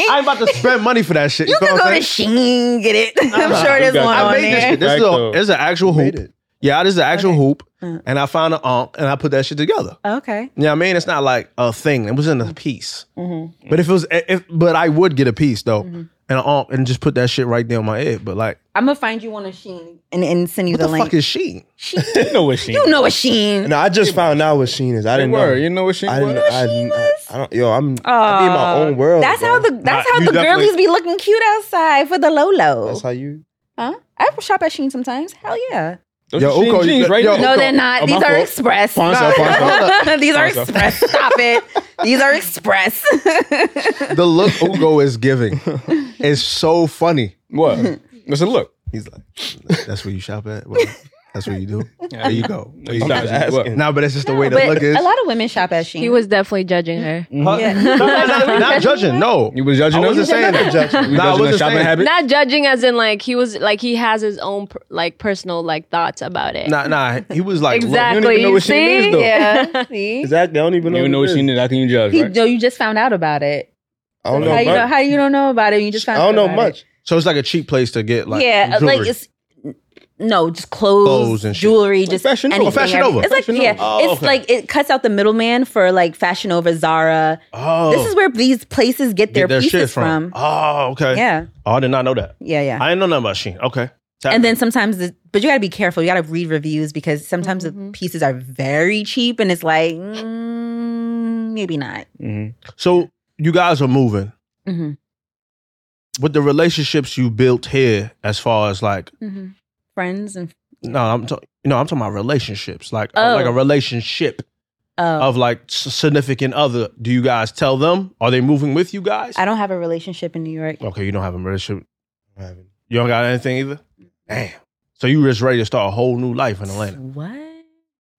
Speaker 1: I ain't about to spend money for that shit.
Speaker 3: You
Speaker 1: know
Speaker 3: can
Speaker 1: what
Speaker 3: go
Speaker 1: I'm
Speaker 3: to
Speaker 1: saying?
Speaker 3: Sheen get it. I'm
Speaker 1: nah,
Speaker 3: sure
Speaker 2: you
Speaker 3: there's
Speaker 2: got
Speaker 3: one
Speaker 2: it.
Speaker 1: I
Speaker 3: on
Speaker 1: made this
Speaker 3: there.
Speaker 1: shit. This is a
Speaker 2: Facto.
Speaker 1: this is an actual
Speaker 4: Made
Speaker 1: hoop.
Speaker 4: it.
Speaker 1: Yeah, this is an actual
Speaker 3: Okay.
Speaker 1: hoop,
Speaker 3: Mm.
Speaker 1: and I found an unk and I put that shit together.
Speaker 3: Okay.
Speaker 1: You know what I mean? It's not like a thing. It was in a piece.
Speaker 3: Mhm.
Speaker 1: But if it was, eh, if but I would get a piece though,
Speaker 3: Mhm.
Speaker 1: and uh, and just put that shit right there on my head. But like,
Speaker 3: I'm gonna find you one of Sheen and, and send you
Speaker 1: what
Speaker 3: the,
Speaker 1: the,
Speaker 3: link.
Speaker 1: fuck is she?
Speaker 3: Sheen.
Speaker 2: You know what she?
Speaker 3: You know a Sheen.
Speaker 4: No, I just found out what Sheen is. I
Speaker 2: They
Speaker 4: didn't
Speaker 2: were.
Speaker 4: know.
Speaker 2: You know what she
Speaker 4: I didn't.
Speaker 2: was?
Speaker 4: I, didn't I, I don't. Yo, I'm. I be in my
Speaker 3: Aw.
Speaker 4: own world.
Speaker 3: That's
Speaker 4: bro.
Speaker 3: how the that's
Speaker 1: Nah,
Speaker 3: how
Speaker 1: you
Speaker 3: the
Speaker 1: definitely-
Speaker 3: girlies be looking cute outside for the Lolo.
Speaker 4: That's how you.
Speaker 3: Huh? I shop at Sheen sometimes. Hell yeah.
Speaker 2: Those
Speaker 1: Yo,
Speaker 2: are Sheen
Speaker 1: Uko, you-
Speaker 2: jeans right
Speaker 1: yo,
Speaker 2: there.
Speaker 1: Uko.
Speaker 3: No, they're not.
Speaker 2: Oh, my
Speaker 3: These are
Speaker 2: fault.
Speaker 3: express.
Speaker 2: Pawn shop, pawn shop.
Speaker 3: These are
Speaker 2: Pawn shop.
Speaker 3: express. Stop it. These are express.
Speaker 1: The look Ugo is giving is so funny.
Speaker 2: What? Let's look.
Speaker 1: He's like, that's where you shop at. Well, that's what you do. There you go. There you
Speaker 2: I'm
Speaker 1: go.
Speaker 2: not asking.
Speaker 1: Nah, but it's just the way the
Speaker 3: But
Speaker 1: look is.
Speaker 3: a lot of women shop at Sheen.
Speaker 5: He was definitely judging her.
Speaker 1: Huh? No, no, no, not judging. No,
Speaker 2: You was judging
Speaker 1: I
Speaker 2: us?
Speaker 1: wasn't saying that.
Speaker 2: You
Speaker 1: Nah, I
Speaker 2: judging
Speaker 1: wasn't
Speaker 2: us shopping
Speaker 1: saying-
Speaker 2: habit?
Speaker 5: Not judging as in like he was like he has his own per- like personal like thoughts about it.
Speaker 1: nah, nah. He was like, look,
Speaker 5: exactly.
Speaker 2: even know
Speaker 5: you
Speaker 2: what she
Speaker 5: see?
Speaker 2: is, though.
Speaker 5: Yeah.
Speaker 3: See?
Speaker 4: Exactly. I don't even
Speaker 2: You
Speaker 4: know.
Speaker 2: even know
Speaker 4: who
Speaker 2: what
Speaker 4: it
Speaker 2: she
Speaker 4: is.
Speaker 2: did. How can you judge?
Speaker 3: He,
Speaker 2: right?
Speaker 3: no, you just found out about it.
Speaker 4: I don't
Speaker 2: No,
Speaker 4: know.
Speaker 3: how you
Speaker 4: much.
Speaker 3: know? How you don't know about it? You just
Speaker 4: I
Speaker 3: found.
Speaker 4: don't
Speaker 3: out
Speaker 4: know
Speaker 3: about it.
Speaker 4: much.
Speaker 1: so it's like a cheap place to get like
Speaker 3: yeah,
Speaker 1: jewelry.
Speaker 3: like it's no, just clothes,
Speaker 1: Clothes and shit.
Speaker 3: jewelry, just
Speaker 2: Fashion Nova.
Speaker 3: anything.
Speaker 1: Fashion
Speaker 3: everything.
Speaker 1: Nova.
Speaker 3: It's like
Speaker 2: Fashion
Speaker 3: yeah,
Speaker 2: Nova.
Speaker 1: Oh,
Speaker 3: it's
Speaker 1: okay.
Speaker 3: like it cuts out the middleman for like Fashion Nova, Zara.
Speaker 1: oh,
Speaker 3: This is where these places get their,
Speaker 1: get their
Speaker 3: pieces from.
Speaker 1: Oh, okay.
Speaker 3: Yeah,
Speaker 1: Oh, I did not know that.
Speaker 3: yeah, yeah.
Speaker 1: I didn't know nothing about Sheen. Okay.
Speaker 3: and then sometimes, the, but you got to be careful. You got to read reviews because sometimes the
Speaker 5: Mhm.
Speaker 3: pieces are very cheap, and it's like mm, maybe not.
Speaker 2: Mhm.
Speaker 1: so you guys are moving
Speaker 3: hmm
Speaker 1: with the relationships you built here, as far as like
Speaker 3: hmm Friends and
Speaker 1: no, I'm talking. No, I'm talking about relationships, like uh,
Speaker 3: Oh.
Speaker 1: like a relationship
Speaker 3: oh,
Speaker 1: of like s- significant other. Do you guys tell them? Are they moving with you guys?
Speaker 3: I don't have a relationship in New York.
Speaker 1: okay, you don't have a relationship.
Speaker 4: I haven't.
Speaker 1: You don't got anything either. Damn. So you just ready to start a whole new life in Atlanta?
Speaker 3: What?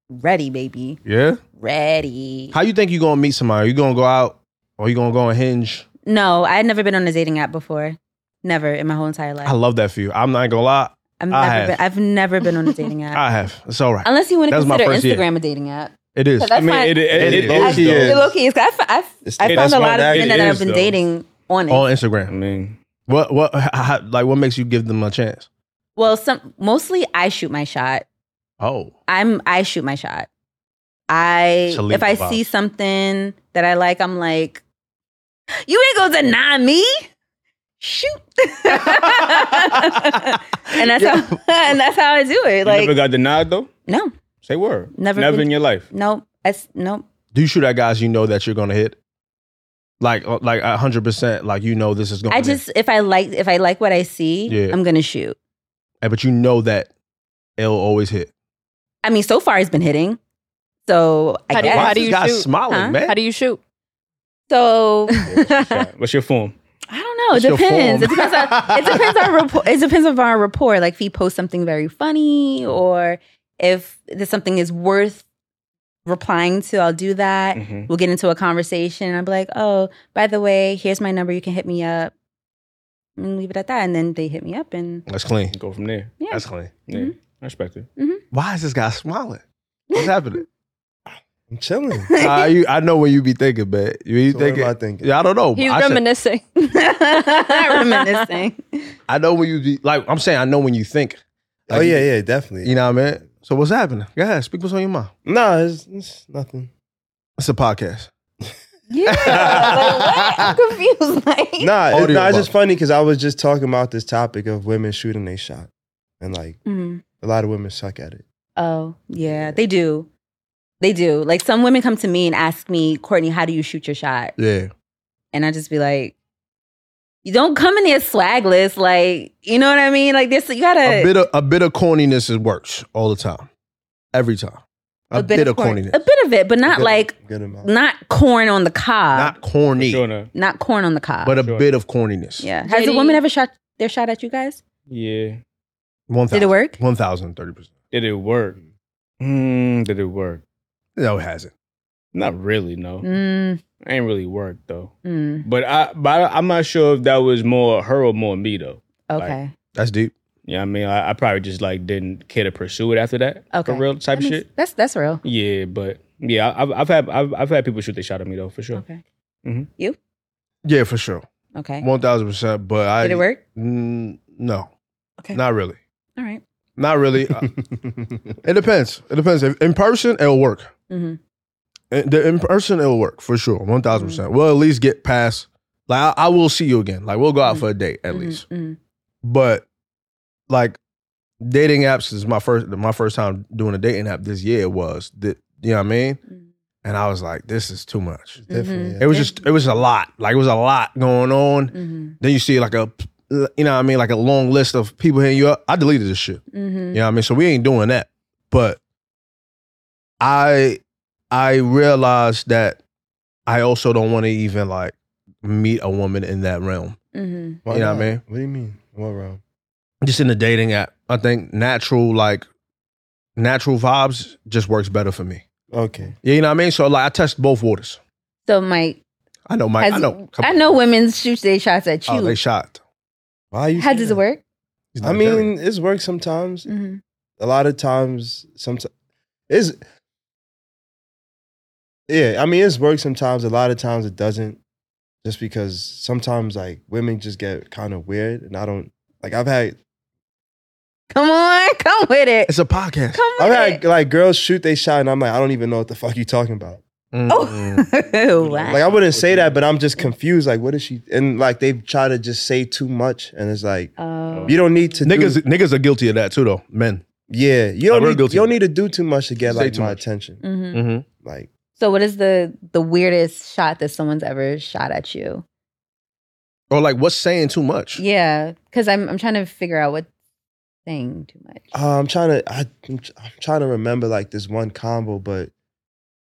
Speaker 3: Ready, baby.
Speaker 1: Yeah.
Speaker 3: Ready.
Speaker 1: How you think you gonna meet somebody? you gonna go out or you gonna go on Hinge?
Speaker 3: No, I had never been on a dating app before. Never in my whole entire life.
Speaker 1: I love that for you. I'm not gonna lie.
Speaker 3: I've
Speaker 1: I
Speaker 3: never
Speaker 1: have.
Speaker 3: been, I've never been on a dating app.
Speaker 1: I have. It's all right.
Speaker 3: Unless you want to
Speaker 1: That was my
Speaker 3: consider
Speaker 1: first year.
Speaker 3: Instagram a dating app.
Speaker 1: It is.
Speaker 3: So that's
Speaker 2: I mean,
Speaker 3: my-
Speaker 2: it, it, it,
Speaker 4: It
Speaker 2: it
Speaker 4: low-key
Speaker 2: is.
Speaker 4: is.
Speaker 2: though.
Speaker 3: It low key is. I, I,
Speaker 4: It's
Speaker 3: I
Speaker 4: the
Speaker 3: found
Speaker 2: best
Speaker 3: a lot
Speaker 2: one.
Speaker 3: of
Speaker 2: That
Speaker 3: men that
Speaker 2: is,
Speaker 3: I've been
Speaker 2: though.
Speaker 3: dating on it.
Speaker 1: on
Speaker 2: I
Speaker 1: Instagram.
Speaker 2: mean,
Speaker 1: What what how, how- like what makes you give them a chance?
Speaker 3: well, some mostly I shoot my shot.
Speaker 1: Oh.
Speaker 3: I'm I shoot my shot. I
Speaker 1: It's a leap
Speaker 3: if I
Speaker 1: of
Speaker 3: see
Speaker 1: bounds.
Speaker 3: something that I like, I'm like, you ain't gonna deny me. Shoot. and that's how and that's how I do it.
Speaker 2: you
Speaker 3: Like
Speaker 2: never got denied though.
Speaker 3: no,
Speaker 2: Say word.
Speaker 3: Never
Speaker 2: Never
Speaker 3: been-
Speaker 2: in your life.
Speaker 3: no, that's no.
Speaker 1: Do you shoot at guys you know that you're gonna hit? Like uh, like hundred percent, like you know this is gonna
Speaker 3: I
Speaker 1: hit.
Speaker 3: just if I like if I like what I see,
Speaker 1: Yeah.
Speaker 3: I'm gonna shoot.
Speaker 1: Eh, but you know that it'll always hit.
Speaker 3: I mean, so far it's been hitting. So I
Speaker 5: How do you-
Speaker 3: guess.
Speaker 5: how
Speaker 1: Why
Speaker 5: do
Speaker 1: is
Speaker 5: you
Speaker 1: this guy
Speaker 5: shoot?
Speaker 1: smiling,
Speaker 3: Huh?
Speaker 1: man?
Speaker 5: How do you shoot?
Speaker 3: so
Speaker 2: Shot. What's your form?
Speaker 3: I don't know.
Speaker 1: What's
Speaker 3: it
Speaker 1: your
Speaker 3: depends. It
Speaker 1: form?
Speaker 3: depends on it depends on rapport. It depends on our rapport. Like if he posts something very funny, or if this something is worth replying to, I'll do
Speaker 1: Mm-hmm.
Speaker 3: that.
Speaker 2: hmm
Speaker 3: We'll get into a conversation. I'll be like, "Oh, by the way, here's my number. You can hit me up." And leave it at that. And then they hit me up, and
Speaker 1: That's clean.
Speaker 2: Go from there.
Speaker 3: yeah,
Speaker 1: That's clean.
Speaker 2: Yeah,
Speaker 3: Mhm.
Speaker 2: I respect it.
Speaker 1: Why is this guy smiling? What's happening?
Speaker 4: I'm chilling.
Speaker 1: Uh, you, I know what you be thinking, man. You be
Speaker 4: So what am I
Speaker 1: thinking.
Speaker 4: thinking?
Speaker 1: Yeah, I don't know.
Speaker 5: He's
Speaker 1: Oh, I, said-
Speaker 5: reminiscing.
Speaker 3: reminiscing.
Speaker 1: I know when you be, like. I'm saying I know when you think.
Speaker 4: Oh
Speaker 1: Like,
Speaker 4: yeah, yeah, definitely.
Speaker 1: You know what I mean? So what's happening? Go ahead. Speak what's on your mind.
Speaker 4: no, it's, it's nothing.
Speaker 1: It's a podcast.
Speaker 3: Yeah, like, what? I'm confused. Like,
Speaker 4: Nah, it's,
Speaker 1: Audio
Speaker 4: nah, it's
Speaker 1: book.
Speaker 4: just funny because I was just talking about this topic of women shooting they shot, and like
Speaker 3: Mhm.
Speaker 4: a lot of women suck at it.
Speaker 3: Oh, yeah, they do. They do. Like some women come to me and ask me, Courtney, how do you shoot your shot?
Speaker 1: Yeah.
Speaker 3: And I just be like, you don't come in there swagless. Like, you know what I mean? Like this, you gotta
Speaker 1: A bit of a bit of corniness is works all the time, every time. A, bit, of
Speaker 3: corn-
Speaker 1: corniness,
Speaker 3: A bit of it, but not
Speaker 4: Good-
Speaker 3: like,
Speaker 4: good amount.
Speaker 3: not corn on the cob.
Speaker 1: not
Speaker 3: Not,
Speaker 1: corny,
Speaker 2: Sure enough.
Speaker 3: corn on the cob.
Speaker 1: but uh, a
Speaker 2: Sure.
Speaker 1: bit of corniness.
Speaker 3: yeah. Has a
Speaker 5: JD?
Speaker 3: woman ever shot their shot at you guys?
Speaker 2: Yeah.
Speaker 1: One
Speaker 3: Did it work?
Speaker 1: One thousand thirty percent.
Speaker 2: Did it work? Mm, did it work?
Speaker 1: No, it hasn't.
Speaker 2: Not really. No,
Speaker 3: Mm,
Speaker 2: ain't really worked though.
Speaker 3: mm,
Speaker 2: But I, but I- I'm not sure if that was more her or more me though.
Speaker 3: okay.
Speaker 1: That's deep.
Speaker 2: Yeah, I mean, I, I probably just like didn't care to pursue it after that.
Speaker 3: Okay.
Speaker 2: for real type
Speaker 3: That
Speaker 2: of
Speaker 3: makes-
Speaker 2: shit.
Speaker 3: That's that's real.
Speaker 2: Yeah, but yeah, I- I've, I've had I've, I've had people shoot their shot at me though for sure.
Speaker 3: Okay.
Speaker 1: Yeah, for sure.
Speaker 3: Okay.
Speaker 1: One thousand percent. But I
Speaker 3: Did it work?
Speaker 1: Mm, no,
Speaker 3: Okay.
Speaker 1: not really.
Speaker 3: All right.
Speaker 1: Not really. Uh, it depends. It depends. If in person, it'll work.
Speaker 3: Mm-hmm.
Speaker 1: In, the- in person, it'll work for sure. One thousand percent. We'll at least get past. Like I, I will see you again. Like we'll go out for a date
Speaker 3: Mm-hmm.
Speaker 1: at least. but like dating apps is my first my first time doing a dating app this year was that you know what I mean and I was like this is too much
Speaker 4: Definitely,
Speaker 1: it was just it was a lot like it was a lot going on
Speaker 3: Mm-hmm.
Speaker 1: then you see like a you know what I mean like a long list of people hitting you up I deleted this shit
Speaker 3: Mm-hmm.
Speaker 1: you know what I mean so we ain't doing that but I I realized that I also don't want to even like meet a woman in that realm
Speaker 3: Mm-hmm.
Speaker 4: Why
Speaker 1: You know what I
Speaker 4: not?
Speaker 1: mean?
Speaker 4: What do you mean? What wrong?
Speaker 1: just in the dating app, I think natural like natural vibes just works better for me.
Speaker 4: Okay,
Speaker 1: Yeah, you know what I mean. So like I test both waters.
Speaker 3: So Mike,
Speaker 1: I know Mike.
Speaker 3: has-
Speaker 1: I know. come
Speaker 3: I
Speaker 1: on.
Speaker 3: know women shoot their shots at you.
Speaker 1: Oh, they shot.
Speaker 4: why you?
Speaker 3: How
Speaker 4: say
Speaker 3: does
Speaker 4: that?
Speaker 3: it work?
Speaker 1: He's
Speaker 4: I
Speaker 1: Nigerian.
Speaker 4: mean, it's worked sometimes.
Speaker 3: Mm-hmm.
Speaker 4: a lot of times sometimes is yeah i mean it's worked sometimes a lot of times it doesn't just because sometimes like women just get kind of weird and i don't like i've had
Speaker 3: Come on, come with it.
Speaker 1: it's a podcast.
Speaker 3: Come
Speaker 4: i've
Speaker 3: with
Speaker 4: had
Speaker 3: it.
Speaker 4: like girls shoot they shot and i'm like i don't even know what the fuck you talking about
Speaker 1: Mm-mm.
Speaker 3: Oh, wow.
Speaker 4: like i wouldn't say that but i'm just confused like what is she and like they try to just say too much and it's like
Speaker 3: Oh.
Speaker 4: you don't need to
Speaker 1: niggas,
Speaker 4: do,
Speaker 1: niggas are guilty of that too, though. Men.
Speaker 4: yeah you don't
Speaker 1: I'm real
Speaker 4: need, you
Speaker 1: guilty.
Speaker 4: don't need to do too much to get
Speaker 1: Say
Speaker 4: like
Speaker 1: too
Speaker 4: my
Speaker 1: much.
Speaker 4: attention
Speaker 3: Mhm.
Speaker 1: Mm-hmm.
Speaker 4: like
Speaker 3: So, what is the the weirdest shot that someone's ever shot at you?
Speaker 1: Or like, what's saying too much?
Speaker 3: Yeah, because I'm I'm trying to figure out what saying too much.
Speaker 4: Uh, I'm trying to. I, I'm, tr- I'm trying to remember like this one combo, but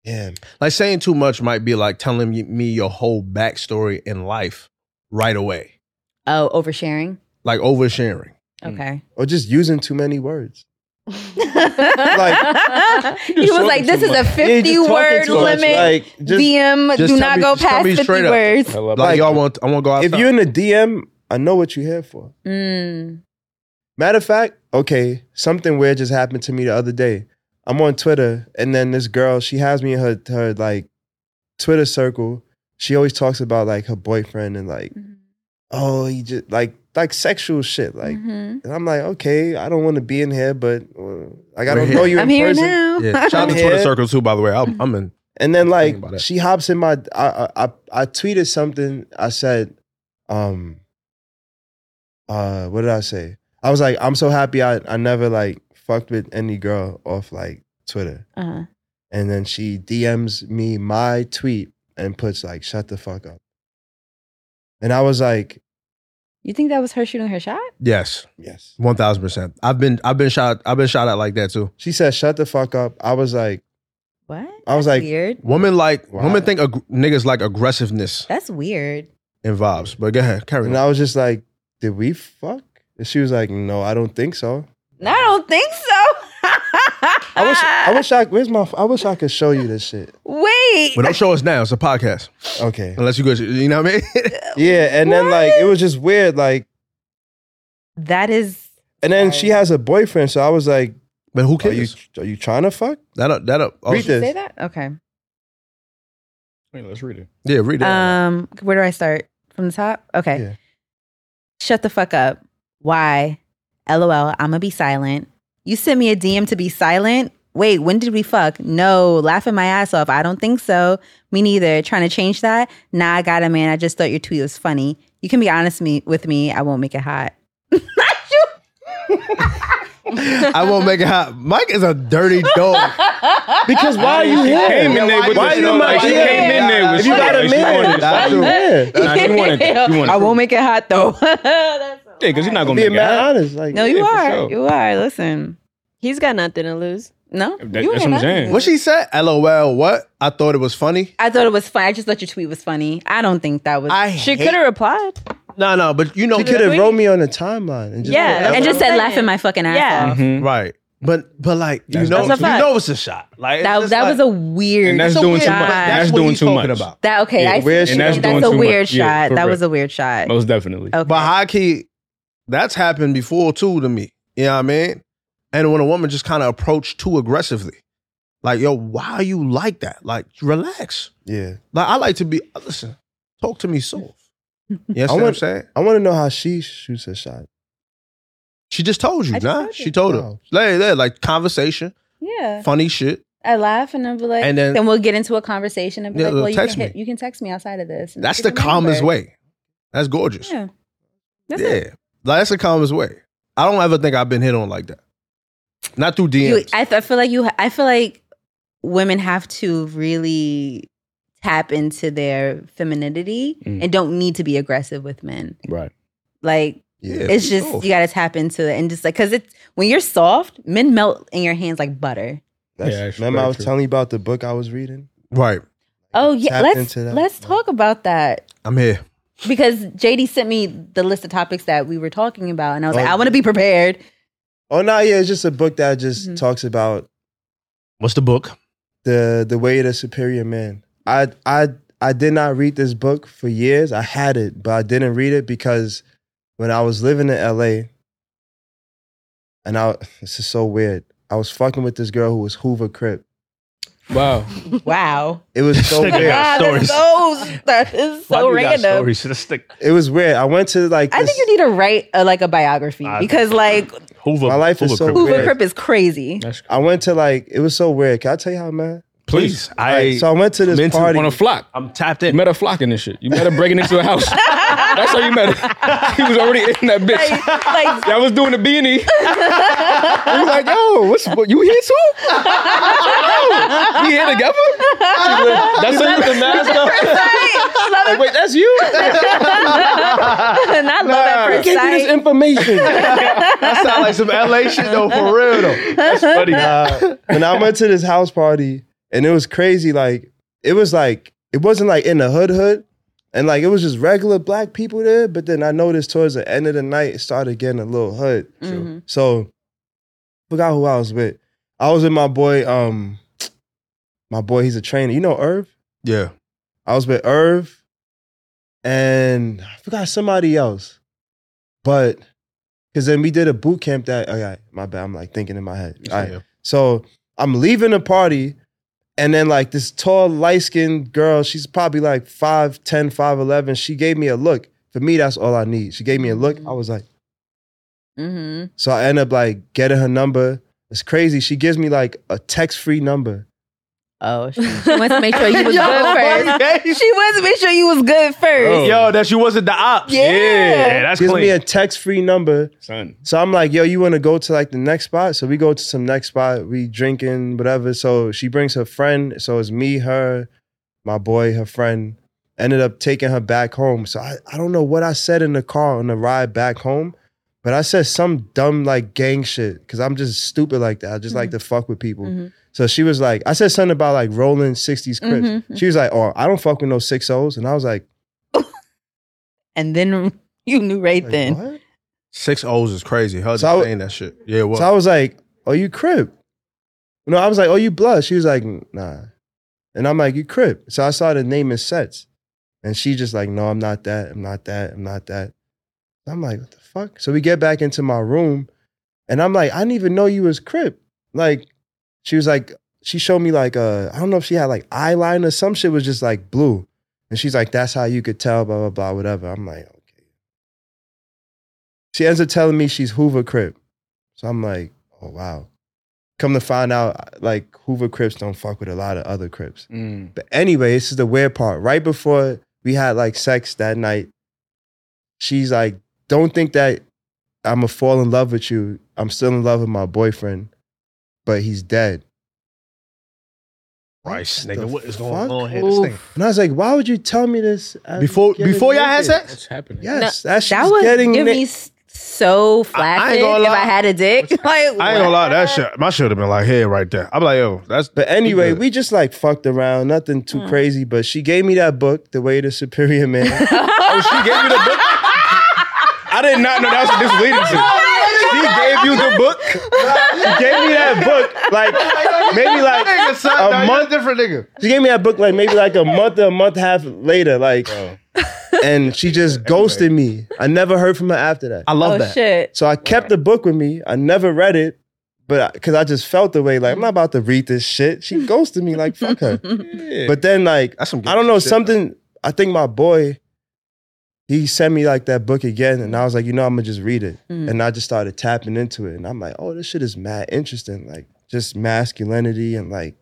Speaker 4: yeah,
Speaker 1: Like saying too much might be like telling me- me your whole backstory in life right away,
Speaker 3: Oh, oversharing.
Speaker 1: like oversharing.
Speaker 2: Mm.
Speaker 3: Okay.
Speaker 4: or just using too many words.
Speaker 3: he was like,
Speaker 2: talking
Speaker 3: "This
Speaker 2: too
Speaker 3: is a
Speaker 2: much.
Speaker 3: fifty word limit.
Speaker 4: Like, just,
Speaker 3: DM,
Speaker 1: just
Speaker 3: do
Speaker 1: tell
Speaker 3: not
Speaker 1: me-
Speaker 3: go
Speaker 1: just tell
Speaker 3: past
Speaker 1: me
Speaker 3: fifty
Speaker 1: straight up.
Speaker 3: words."
Speaker 2: I love
Speaker 1: Like,
Speaker 2: it.
Speaker 1: y'all want, I want to go outside.
Speaker 4: if you're in the DM, I know what you're here for.
Speaker 3: Mm.
Speaker 4: Matter of fact, okay, something weird just happened to me the other day. I'm on Twitter, and then this girl, she has me in her her like Twitter circle. She always talks about like her boyfriend and like, oh, he just like like sexual shit. Like,
Speaker 3: Mhm.
Speaker 4: and I'm like, okay, I don't want to be in here, but uh, like
Speaker 1: We're
Speaker 4: I don't
Speaker 1: here.
Speaker 4: know you
Speaker 3: I'm
Speaker 4: in
Speaker 3: here
Speaker 4: person.
Speaker 3: now.
Speaker 1: Yeah. Shout out to
Speaker 4: Yeah.
Speaker 1: Twitter Circle too, by the way. I'm, I'm in.
Speaker 4: And then like
Speaker 1: Think about it.
Speaker 4: she hops in my I, I I I tweeted something. I said, um uh what did I say? I was like, I'm so happy I, I never like fucked with any girl off like Twitter.
Speaker 3: Uh-huh.
Speaker 4: And then she DMs me my tweet and puts like, shut the fuck up. And I was like,
Speaker 3: You think that was her shooting her shot?
Speaker 1: Yes,
Speaker 4: Yes.
Speaker 1: one thousand percent. I've been I've been shot I've been shot at like that too.
Speaker 4: She said, shut the fuck up. I was like,
Speaker 3: What?
Speaker 4: I was
Speaker 3: That's
Speaker 4: like,
Speaker 3: weird.
Speaker 1: Women like
Speaker 4: Wow.
Speaker 1: women think ag- niggas like aggressiveness
Speaker 3: That's weird.
Speaker 1: in vibes. But go ahead, carry
Speaker 4: and
Speaker 1: on.
Speaker 4: I was just like, did we fuck? And she was like, no, I don't think so.
Speaker 3: No, I don't think so.
Speaker 4: I wish
Speaker 3: Ah.
Speaker 4: I wish I where's my I wish I could show you this shit.
Speaker 3: Wait.
Speaker 1: But don't show us now. It's a podcast.
Speaker 4: Okay.
Speaker 1: Unless you go, you know what I mean.
Speaker 4: Yeah, and then like it was just weird, like
Speaker 3: that is
Speaker 4: and then she has a boyfriend, so I was like,
Speaker 1: but who
Speaker 4: Are Oh, you
Speaker 1: cares?
Speaker 4: are you trying to fuck?
Speaker 1: That up. Oh, That up.
Speaker 4: Read this.
Speaker 3: say that? Okay.
Speaker 2: Wait, let's read it.
Speaker 1: Yeah, read it.
Speaker 3: Um, where do I start? From the top? Okay.
Speaker 4: Yeah.
Speaker 3: Shut the fuck up. Why? LOL, I'ma be silent. You sent me a DM to be silent? Wait, when did we fuck? No, laughing my ass off. I don't think so. Me neither. Trying to change that? Nah, I got it, man. I just thought your tweet was funny. You can be honest me with me. I won't make it hot.
Speaker 1: I won't make it hot. Mike is a dirty dog.
Speaker 4: Because why are you
Speaker 2: She
Speaker 4: here?
Speaker 2: came in there with
Speaker 4: Why
Speaker 2: the
Speaker 4: you
Speaker 2: snow,
Speaker 4: in my
Speaker 2: like, she
Speaker 4: DM?
Speaker 2: came in there with
Speaker 4: If you
Speaker 2: shit,
Speaker 4: got a
Speaker 2: like, she wanted
Speaker 4: man,
Speaker 2: to-
Speaker 4: why you here?
Speaker 2: Nah, she wanted that. She wanted
Speaker 3: I
Speaker 2: that.
Speaker 3: won't make it hot though. That's-
Speaker 2: Yeah, because you're not gonna
Speaker 4: Being
Speaker 2: make it.
Speaker 4: mad
Speaker 2: happen.
Speaker 4: honest. Like
Speaker 3: no, you
Speaker 2: Yeah, for
Speaker 3: are.
Speaker 2: sure.
Speaker 3: You are. Listen.
Speaker 5: He's got nothing to lose.
Speaker 3: No,
Speaker 2: That-
Speaker 3: you
Speaker 2: that's
Speaker 3: ain't
Speaker 2: what I'm saying.
Speaker 3: nothing.
Speaker 1: What she said? LOL. What? I thought it was funny.
Speaker 3: I thought it was funny. I just thought your tweet was funny. I don't think that was.
Speaker 1: I
Speaker 5: She could have replied.
Speaker 1: No, no. But you know,
Speaker 4: she could have wrote me on the timeline and just
Speaker 5: Yeah,
Speaker 4: put-
Speaker 3: and
Speaker 5: that's
Speaker 3: just
Speaker 5: what I'm
Speaker 3: said
Speaker 5: saying.
Speaker 3: laughing my fucking ass
Speaker 5: Yeah.
Speaker 3: off.
Speaker 2: Mhm.
Speaker 1: right. But but like you
Speaker 2: That's-
Speaker 1: know,
Speaker 5: that's
Speaker 1: you
Speaker 5: a fact.
Speaker 1: know it's a shot. Like
Speaker 3: That that was a weird.
Speaker 2: And that's
Speaker 3: shot.
Speaker 2: doing too much.
Speaker 1: But
Speaker 2: That's
Speaker 1: what
Speaker 2: doing
Speaker 1: he's
Speaker 2: too
Speaker 1: talking
Speaker 2: much.
Speaker 1: About.
Speaker 3: That okay?
Speaker 2: Yeah,
Speaker 3: I see.
Speaker 4: weird shit.
Speaker 3: That's,
Speaker 4: That's doing
Speaker 3: a
Speaker 2: too
Speaker 3: weird
Speaker 2: much. Yeah,
Speaker 3: shot. that
Speaker 2: correct.
Speaker 3: was a weird shot.
Speaker 2: Most definitely.
Speaker 3: Okay.
Speaker 1: But high key, that's happened before too to me. You know what I mean? And when a woman just kind of approached too aggressively, like yo, why are you like that? Like relax.
Speaker 4: Yeah.
Speaker 1: Like I like to be. Listen, talk to me soft. Yes, what I'm
Speaker 4: want-
Speaker 1: saying.
Speaker 4: I want to know how she shoots her shot.
Speaker 1: She just told you,
Speaker 3: I just
Speaker 1: nah.
Speaker 3: told you.
Speaker 1: She told her,
Speaker 2: Oh.
Speaker 4: Wow.
Speaker 1: like, yeah, like conversation,
Speaker 3: yeah,
Speaker 1: funny shit.
Speaker 3: I laugh and I'm like,
Speaker 1: And then-
Speaker 3: then we'll get into a conversation and be
Speaker 1: Yeah,
Speaker 3: like, well, you can
Speaker 1: text
Speaker 3: hit,
Speaker 1: me.
Speaker 3: you can text me outside of this. and
Speaker 1: That's
Speaker 3: give
Speaker 1: the
Speaker 3: your number.
Speaker 1: calmest way. That's gorgeous.
Speaker 3: Yeah, that's
Speaker 1: yeah,
Speaker 3: it.
Speaker 1: like that's the calmest way. I don't ever think I've been hit on like that. Not through
Speaker 3: You,
Speaker 1: DMs.
Speaker 3: I, f- I feel like you. ha- I feel like women have to really tap into their femininity
Speaker 2: Mm.
Speaker 3: and don't need to be aggressive with men.
Speaker 2: Right.
Speaker 3: Like
Speaker 1: Yeah,
Speaker 3: it's
Speaker 1: for
Speaker 3: just
Speaker 1: sure.
Speaker 3: you got to tap into it and just like because it's when you're soft, men melt in your hands like butter.
Speaker 4: That's,
Speaker 2: Yeah, it's
Speaker 4: remember I
Speaker 2: very
Speaker 4: was
Speaker 2: true.
Speaker 4: telling you about the book I was reading?
Speaker 1: right.
Speaker 3: Oh yeah,
Speaker 4: Tap
Speaker 3: let's
Speaker 4: into that.
Speaker 3: let's talk about that
Speaker 1: I'm here.
Speaker 3: because JD sent me the list of topics that we were talking about, and I was like,
Speaker 4: Oh.
Speaker 3: I want to be prepared.
Speaker 4: Oh no, yeah, it's just a book that just
Speaker 3: Mhm.
Speaker 4: talks about
Speaker 1: What's the book?
Speaker 4: the the way of the superior man. I I I did not read this book for years. I had it, but I didn't read it because when I was living in LA, and I this is so weird. I was fucking with this girl who was Hoover Crip.
Speaker 2: Wow.
Speaker 3: Wow,
Speaker 4: It was so
Speaker 1: Nigga.
Speaker 4: weird.
Speaker 1: got
Speaker 3: God,
Speaker 1: stories.
Speaker 3: that's so that is so random.
Speaker 4: It was weird. I went to like
Speaker 3: I
Speaker 4: this-
Speaker 3: think you need to write a, like a biography
Speaker 6: I-
Speaker 3: because like
Speaker 6: Hoover.
Speaker 4: My life is so
Speaker 6: Crip.
Speaker 3: Hoover
Speaker 4: weird.
Speaker 3: Crip is crazy.
Speaker 2: That's
Speaker 4: I went to like it was so weird. Can I tell you how man?
Speaker 1: Please, I
Speaker 4: Like, so I went to this
Speaker 1: Mental
Speaker 4: party.
Speaker 2: on a flock.
Speaker 6: I'm tapped
Speaker 2: You
Speaker 6: in.
Speaker 2: met her flocking and shit. You met her breaking into a house. That's how you met her. He was already in that bitch.
Speaker 3: like
Speaker 2: I was doing the beanie. I was like, yo, what's what, you here too? Yo, we here together? That's how you the mask Like, wait, that's you?
Speaker 3: and I love that
Speaker 4: Who
Speaker 3: first
Speaker 4: gave you this
Speaker 3: sight.
Speaker 4: information.
Speaker 1: that sound like some LA shit though, for real though.
Speaker 6: That's funny.
Speaker 4: uh, when I went to this house party, and it was crazy. Like it was like it wasn't like in the hood hood, and like it was just regular black people there. But then I noticed towards the end of the night, it started getting a little hood.
Speaker 3: Mhm.
Speaker 4: So forgot who I was with. I was with my boy. Um, my boy, he's a trainer. You know Irv.
Speaker 1: Yeah,
Speaker 4: I was with Irv, and I forgot somebody else, but Because then we did a boot camp that, okay, my bad, I'm like thinking in my head. All right.
Speaker 1: Yeah.
Speaker 4: So I'm leaving the party, and then like this tall, light skinned girl, she's probably like 5'10, 5'11. She gave me a look. For me, that's all I need. She gave me a look. I was like,
Speaker 3: Mm-hmm.
Speaker 4: so I end up like getting her number. It's crazy. She gives me like a text free number.
Speaker 3: Oh, she, she wants to make sure you was
Speaker 5: Yo,
Speaker 3: good first. She wants to make sure you was good
Speaker 1: Oh.
Speaker 3: first.
Speaker 2: Yo, that she wasn't the ops.
Speaker 3: Yeah.
Speaker 2: that's
Speaker 4: gives
Speaker 2: clean.
Speaker 4: me a text free number.
Speaker 2: Son.
Speaker 4: So I'm like, yo, you want to go to like the next spot? So we go to some next spot. We drinking, whatever. So she brings her friend. So it's me, her, my boy, her friend. Ended up taking her back home. So I, I don't know what I said in the car on the ride back home, but I said some dumb like gang shit because I'm just stupid like that. I just like to fuck with people.
Speaker 5: Mm-hmm.
Speaker 3: Mhm.
Speaker 4: So she was like, I said something about like rolling 60s Crips.
Speaker 3: Mhm, mhm.
Speaker 4: She was like, oh, I don't fuck with no six O's. And I was like,
Speaker 3: And then you knew right
Speaker 4: like,
Speaker 3: then.
Speaker 4: what?
Speaker 1: Six O's is crazy. How's
Speaker 4: So I
Speaker 1: so
Speaker 4: w-
Speaker 1: saying that shit? Yeah, well,
Speaker 4: So I was like, "Oh, you crip?" No, I was like, "Oh, you blood?" She was like, "Nah," and I'm like, "You crip?" So I started naming sets, and she just like, "No, I'm not that. I'm not that. I'm not that." I'm like, "What the fuck?" So we get back into my room, and I'm like, "I didn't even know you was crip." Like, she was like, she showed me like uh, I don't know if she had like eyeliner, some shit was just like blue, and she's like, "That's how you could tell." Blah blah blah, whatever. I'm like, okay. She ends up telling me she's Hoover crip. So I'm like, oh wow. Come to find out, like Hoover Crips don't fuck with a lot of other Crips.
Speaker 2: Mm.
Speaker 4: But anyway, this is the weird part. Right before we had like sex that night, she's like, "Don't think that I'm gonna fall in love with you. I'm still in love with my boyfriend, but he's dead."
Speaker 1: Christ,
Speaker 4: What
Speaker 1: nigga,
Speaker 4: the
Speaker 1: what is
Speaker 4: fuck?
Speaker 1: going on here? This thing.
Speaker 4: And I was like, "Why would you tell me this at-
Speaker 1: Before
Speaker 4: getting
Speaker 1: before y'all had
Speaker 4: naked?"
Speaker 1: sex?
Speaker 2: What's happening?
Speaker 4: Yes, that shit's
Speaker 3: That would
Speaker 4: getting
Speaker 3: give
Speaker 4: na-
Speaker 3: me s- so flaccid if
Speaker 1: gonna lie.
Speaker 3: I had a dick. Like I ain't
Speaker 1: I ain't gonna lie, that shit, my shit would have been like head right there. I'm like, yo, that's
Speaker 4: But anyway,
Speaker 1: good.
Speaker 4: we just like fucked around, nothing too crazy. But she gave me that book, The Way to Superior
Speaker 2: Oh,
Speaker 4: Man.
Speaker 2: she gave you the book. I did not know that's what this was leading to. She gave you the book.
Speaker 4: she gave me that book, like maybe like
Speaker 1: nigga, son,
Speaker 4: now you
Speaker 1: month different nigga.
Speaker 4: she gave me that book, like maybe like a month or a month and a half later, like, and she just ghosted me. I never heard from her after that.
Speaker 1: I love
Speaker 3: Oh
Speaker 1: that.
Speaker 3: shit.
Speaker 4: So I kept the book with me. I never read it, but because I just felt the way, like I'm not about to read this shit. She ghosted me, like fuck her.
Speaker 3: Mm-hmm.
Speaker 4: But then like
Speaker 1: That's some.
Speaker 4: I don't know
Speaker 1: shit,
Speaker 4: something. I think my boy, he sent me like that book again, and I was like, you know, I'm gonna just read it,
Speaker 3: Mm.
Speaker 4: and I just started tapping into it, and I'm like, oh, this shit is mad interesting, like just masculinity and like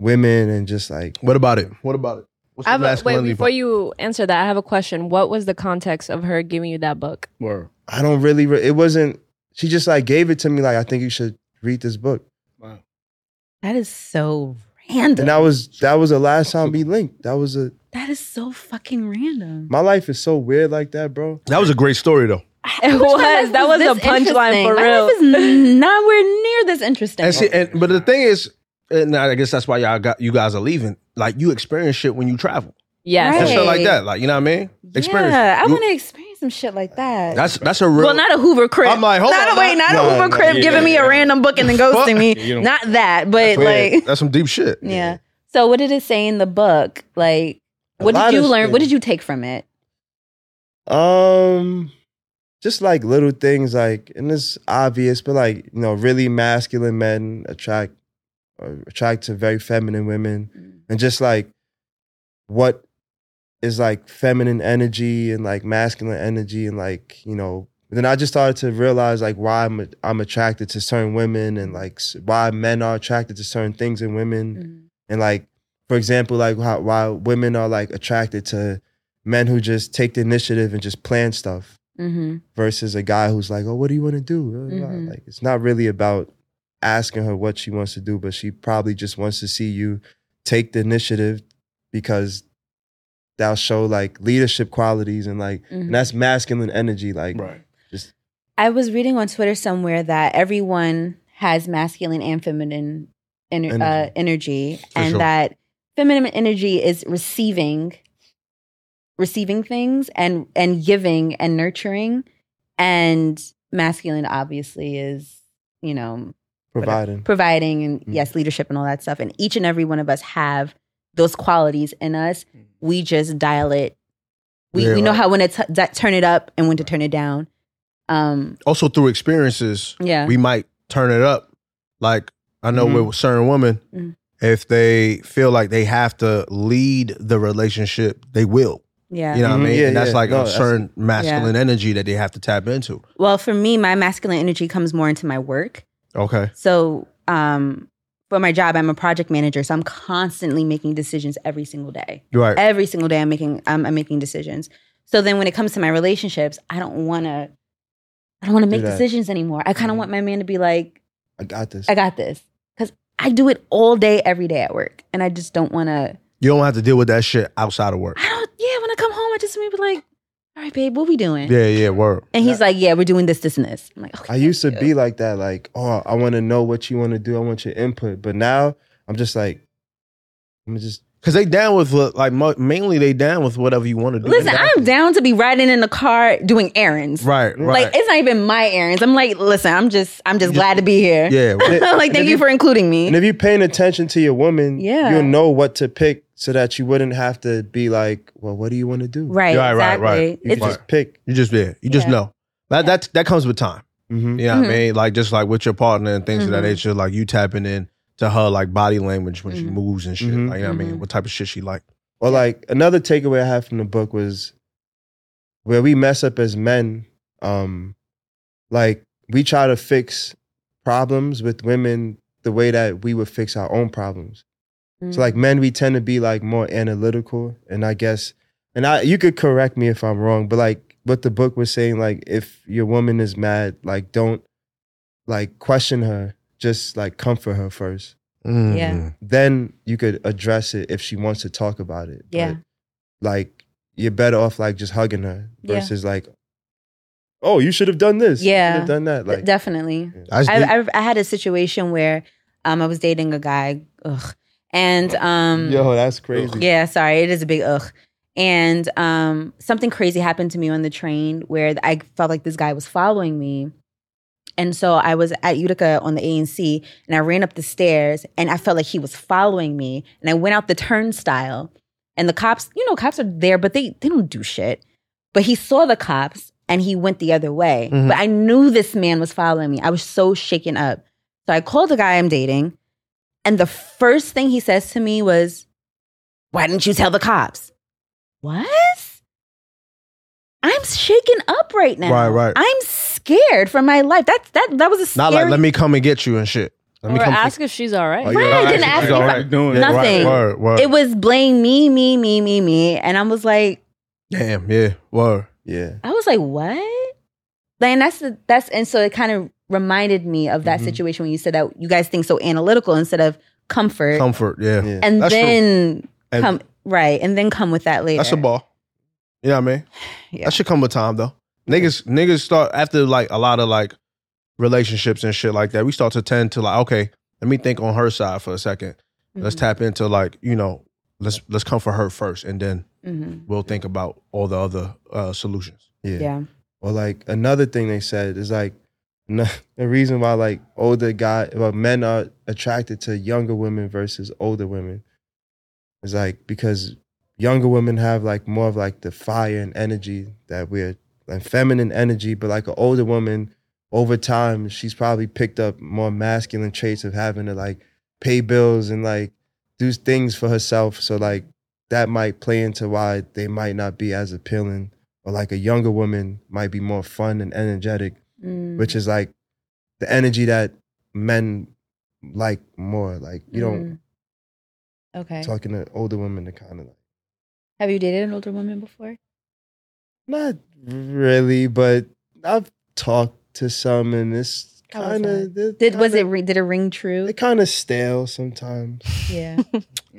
Speaker 4: women and just like
Speaker 1: What about it? What about it? What's
Speaker 5: I have
Speaker 1: the
Speaker 5: a, wait,
Speaker 1: masculinity
Speaker 5: before
Speaker 1: part?
Speaker 5: you answer that, I have a question. What was the context of her giving you that book?
Speaker 2: Word.
Speaker 4: I don't really. Re- it wasn't. She just like gave it to me, like I think you should read this book,
Speaker 2: Wow.
Speaker 3: That is so random.
Speaker 4: and that was that was the last time we linked. That was a
Speaker 3: that is so fucking random.
Speaker 4: my life is so weird like that, bro.
Speaker 1: That was a great story though.
Speaker 5: It
Speaker 3: Which my
Speaker 5: was.
Speaker 3: life
Speaker 5: That was
Speaker 3: this
Speaker 5: a punchline
Speaker 3: interesting?
Speaker 5: for
Speaker 3: My
Speaker 5: real.
Speaker 3: life is nowhere near this interesting.
Speaker 1: And see, and but the thing is, and I guess that's why y'all got you guys are leaving. Like you experience shit when you travel
Speaker 5: Yes.
Speaker 1: and
Speaker 3: Right.
Speaker 1: shit like that. Like you know what I mean? Experience.
Speaker 3: Yeah, I
Speaker 1: You-
Speaker 3: want to experience some shit like that.
Speaker 1: That's that's a real.
Speaker 3: well, not a Hoover crib.
Speaker 1: I'm like, hold
Speaker 3: not
Speaker 1: on,
Speaker 3: a, wait,
Speaker 1: not-
Speaker 3: not
Speaker 4: No,
Speaker 3: a Hoover
Speaker 4: no,
Speaker 3: crib
Speaker 2: yeah,
Speaker 3: giving me
Speaker 2: yeah.
Speaker 3: a random book and then ghosting
Speaker 2: You
Speaker 3: me.
Speaker 2: don't-
Speaker 3: Not that, but
Speaker 1: Weird.
Speaker 3: like,
Speaker 1: that's some deep shit.
Speaker 3: yeah. So, what did it say in the book? Like,
Speaker 4: A
Speaker 3: what
Speaker 4: lot
Speaker 3: did you
Speaker 4: of
Speaker 3: learn? What
Speaker 4: things.
Speaker 3: did you take from it?
Speaker 4: Um, just like little things, like and it's obvious, but like you know, really masculine men attract or attract to very feminine women, and just like what is like feminine energy and like masculine energy, and like you know. Then I just started to realize like why I'm I'm attracted to certain women and like s- why men are attracted to certain things in women and like for example like how, why women are like attracted to men who just take the initiative and just plan stuff
Speaker 3: Mm-hmm.
Speaker 4: versus a guy who's like oh what do you want to do Blah, blah, blah.
Speaker 3: Mhm.
Speaker 4: like it's not really about asking her what she wants to do but she probably just wants to see you take the initiative because that'll show like leadership qualities and like
Speaker 3: Mhm.
Speaker 4: and that's masculine energy like
Speaker 2: Right.
Speaker 3: I was reading on Twitter somewhere that everyone has masculine and feminine ener- energy, uh,
Speaker 4: Energy.
Speaker 3: energy
Speaker 1: For
Speaker 3: and
Speaker 1: sure.
Speaker 3: that feminine energy is receiving receiving things and and giving and nurturing and masculine obviously is you know
Speaker 4: providing
Speaker 3: providing and
Speaker 4: Mm.
Speaker 3: yes leadership and all that stuff and each and every one of us have those qualities in us we just dial it we,
Speaker 1: Mm. Yeah,
Speaker 3: we know
Speaker 1: right.
Speaker 3: how when to t- d- turn it up and when to turn it down Um,
Speaker 1: Also through experiences,
Speaker 3: yeah.
Speaker 1: we might turn it up. Like I know
Speaker 2: Mhm.
Speaker 1: with certain women,
Speaker 3: Mhm.
Speaker 1: if they feel like they have to lead the relationship, they will.
Speaker 3: yeah.
Speaker 1: You know
Speaker 2: Mhm.
Speaker 1: what I mean?
Speaker 4: Yeah,
Speaker 1: and that's
Speaker 4: yeah.
Speaker 1: like
Speaker 4: No,
Speaker 1: a
Speaker 4: that's-
Speaker 1: certain masculine energy that they have to tap into.
Speaker 3: Well, for me, my masculine energy comes more into my work.
Speaker 1: Okay.
Speaker 3: So, um, for my job, I'm a project manager, so I'm constantly making decisions every single day.
Speaker 1: You're right.
Speaker 3: Every single day, I'm making I'm, I'm making decisions. So then, when it comes to my relationships, I don't want to. I don't want to make
Speaker 4: that.
Speaker 3: decisions anymore. I kind of
Speaker 4: Mhm.
Speaker 3: want my man to be like,
Speaker 4: I got this.
Speaker 3: "I got this," because I do it all day, every day at work, and I just don't want to.
Speaker 1: you don't have to deal with that shit outside of work.
Speaker 3: I don't. Yeah, when I come home, I just want to be like, "All right, babe, what we doing?"
Speaker 1: Yeah, yeah, word.
Speaker 3: And he's like, "Yeah, we're doing this, this, and this." I'm like,
Speaker 4: I
Speaker 3: "Okay."
Speaker 4: used to
Speaker 3: you.
Speaker 4: be like that, like, oh, I want to know what you want to do. I want your input. But now I'm just like, I'm just
Speaker 1: Cause they down with uh, like mo- mainly they down with whatever you want to do.
Speaker 3: Listen, I'm down to be riding in the car doing errands.
Speaker 1: right, right.
Speaker 3: Like it's not even my errands. I'm like, listen, I'm just, I'm just
Speaker 1: You-
Speaker 3: glad to be here.
Speaker 1: yeah, right.
Speaker 3: like,
Speaker 4: And if
Speaker 3: thank you
Speaker 4: you-
Speaker 3: for including
Speaker 4: And
Speaker 3: me.
Speaker 4: if you're paying attention to your woman,
Speaker 3: Yeah.
Speaker 4: you'll know what to pick so that you wouldn't have to be like, well, what do you want to do?
Speaker 3: Right,
Speaker 1: Yeah, right,
Speaker 3: exactly.
Speaker 1: right.
Speaker 4: You
Speaker 3: It's
Speaker 4: can just pick.
Speaker 1: you just yeah, you just
Speaker 3: Yeah.
Speaker 1: know that that that comes with time.
Speaker 4: hmm
Speaker 1: You know
Speaker 3: Mm-hmm.
Speaker 1: what I mean? Like just like with your partner and things of that
Speaker 3: Mhm.
Speaker 1: nature, like you tapping in to her like body language when she
Speaker 3: Mhm.
Speaker 1: moves and shit.
Speaker 4: Mhm.
Speaker 1: Like you know what I
Speaker 3: Mhm.
Speaker 1: mean? What type of shit she like?
Speaker 4: Or like another takeaway I had from the book was where we mess up as men, um, like we try to fix problems with women the way that we would fix our own problems. So like men, we tend to be like more analytical, and I guess, and I you could correct me if I'm wrong, but like what the book was saying, like if your woman is mad, like don't like question her, just like comfort her first.
Speaker 3: Yeah.
Speaker 4: Mm. Then you could address it if she wants to talk about it. But,
Speaker 3: Yeah.
Speaker 4: like you're better off like just hugging her
Speaker 3: Yeah.
Speaker 4: versus like, oh, you should have done this. You should
Speaker 3: Yeah.
Speaker 4: have done that.
Speaker 3: d-
Speaker 4: Like
Speaker 3: Mm, definitely.
Speaker 1: I, just think-
Speaker 3: I, I, I had a situation where, um, I was dating a guy, ugh, and um,
Speaker 4: yo, that's crazy.
Speaker 3: Yeah, sorry. It is a big ugh. And um, something crazy happened to me on the train where I felt like this guy was following me. And so I was at Utica on the ANC and I ran up the stairs and I felt like he was following me. And I went out the turnstile and the cops, you know, cops are there, but they, they don't do shit. But he saw the cops and he went the other way.
Speaker 1: Mhm.
Speaker 3: But I knew this man was following me. I was so shaken up. So I called the guy I'm dating. And the first thing he says to me was, why didn't you tell the cops? What? I'm shaken up right now.
Speaker 1: Right, right.
Speaker 3: I'm scared for my life. That's that that was a scary
Speaker 1: not like let me come and get you and shit. Let me
Speaker 5: or
Speaker 1: come.
Speaker 5: ask if she's all right.
Speaker 1: Oh, yeah,
Speaker 3: Right,
Speaker 1: all
Speaker 3: I didn't
Speaker 1: she's
Speaker 3: ask me
Speaker 1: all
Speaker 3: for
Speaker 1: right.
Speaker 2: doing
Speaker 1: Yeah, right,
Speaker 3: nothing.
Speaker 1: Word, word.
Speaker 3: It was blame me, me, me, me, me. And I was like,
Speaker 1: Damn, yeah, word.
Speaker 4: Yeah.
Speaker 3: I was like, what? Then that's the that's and so it kind of reminded me of that
Speaker 1: Mm-hmm.
Speaker 4: Mhm.
Speaker 3: situation when you said that you guys think so analytical instead of comfort.
Speaker 1: Comfort, yeah.
Speaker 4: Yeah.
Speaker 3: and
Speaker 1: That's true.
Speaker 3: then
Speaker 1: And
Speaker 3: come right, and then come with that later.
Speaker 1: That's a ball. You know what I mean?
Speaker 3: Yeah.
Speaker 1: That should come with time though. Niggas niggas start after like a lot of like relationships and shit like that, we start to tend to like, okay, let me think on her side for a 2nd let Let's
Speaker 3: Mhm.
Speaker 1: tap into like, you know, let's let's comfort her first and then
Speaker 3: Mhm.
Speaker 1: we'll think about all the other uh solutions.
Speaker 4: Yeah.
Speaker 3: Mm-hmm. Yeah.
Speaker 4: Or like another thing they said is like no, the reason why like older guy, well, men are attracted to younger women versus older women is like because younger women have like more of like the fire and energy that we're like feminine energy, but like an older woman over time, she's probably picked up more masculine traits of having to like pay bills and like do things for herself. So like that might play into why they might not be as appealing or like a younger woman might be more fun and energetic
Speaker 3: Mm.
Speaker 4: which is like the energy that men like more. Like you don't
Speaker 3: Mm-hmm. Mm. Okay.
Speaker 4: talking to older women to kind of like
Speaker 3: Have you dated an older woman before?
Speaker 4: not really, but I've talked to some and it's
Speaker 3: How was
Speaker 4: kind of
Speaker 3: Did was it re- did it ring true?
Speaker 4: It kind of stale sometimes.
Speaker 3: Yeah.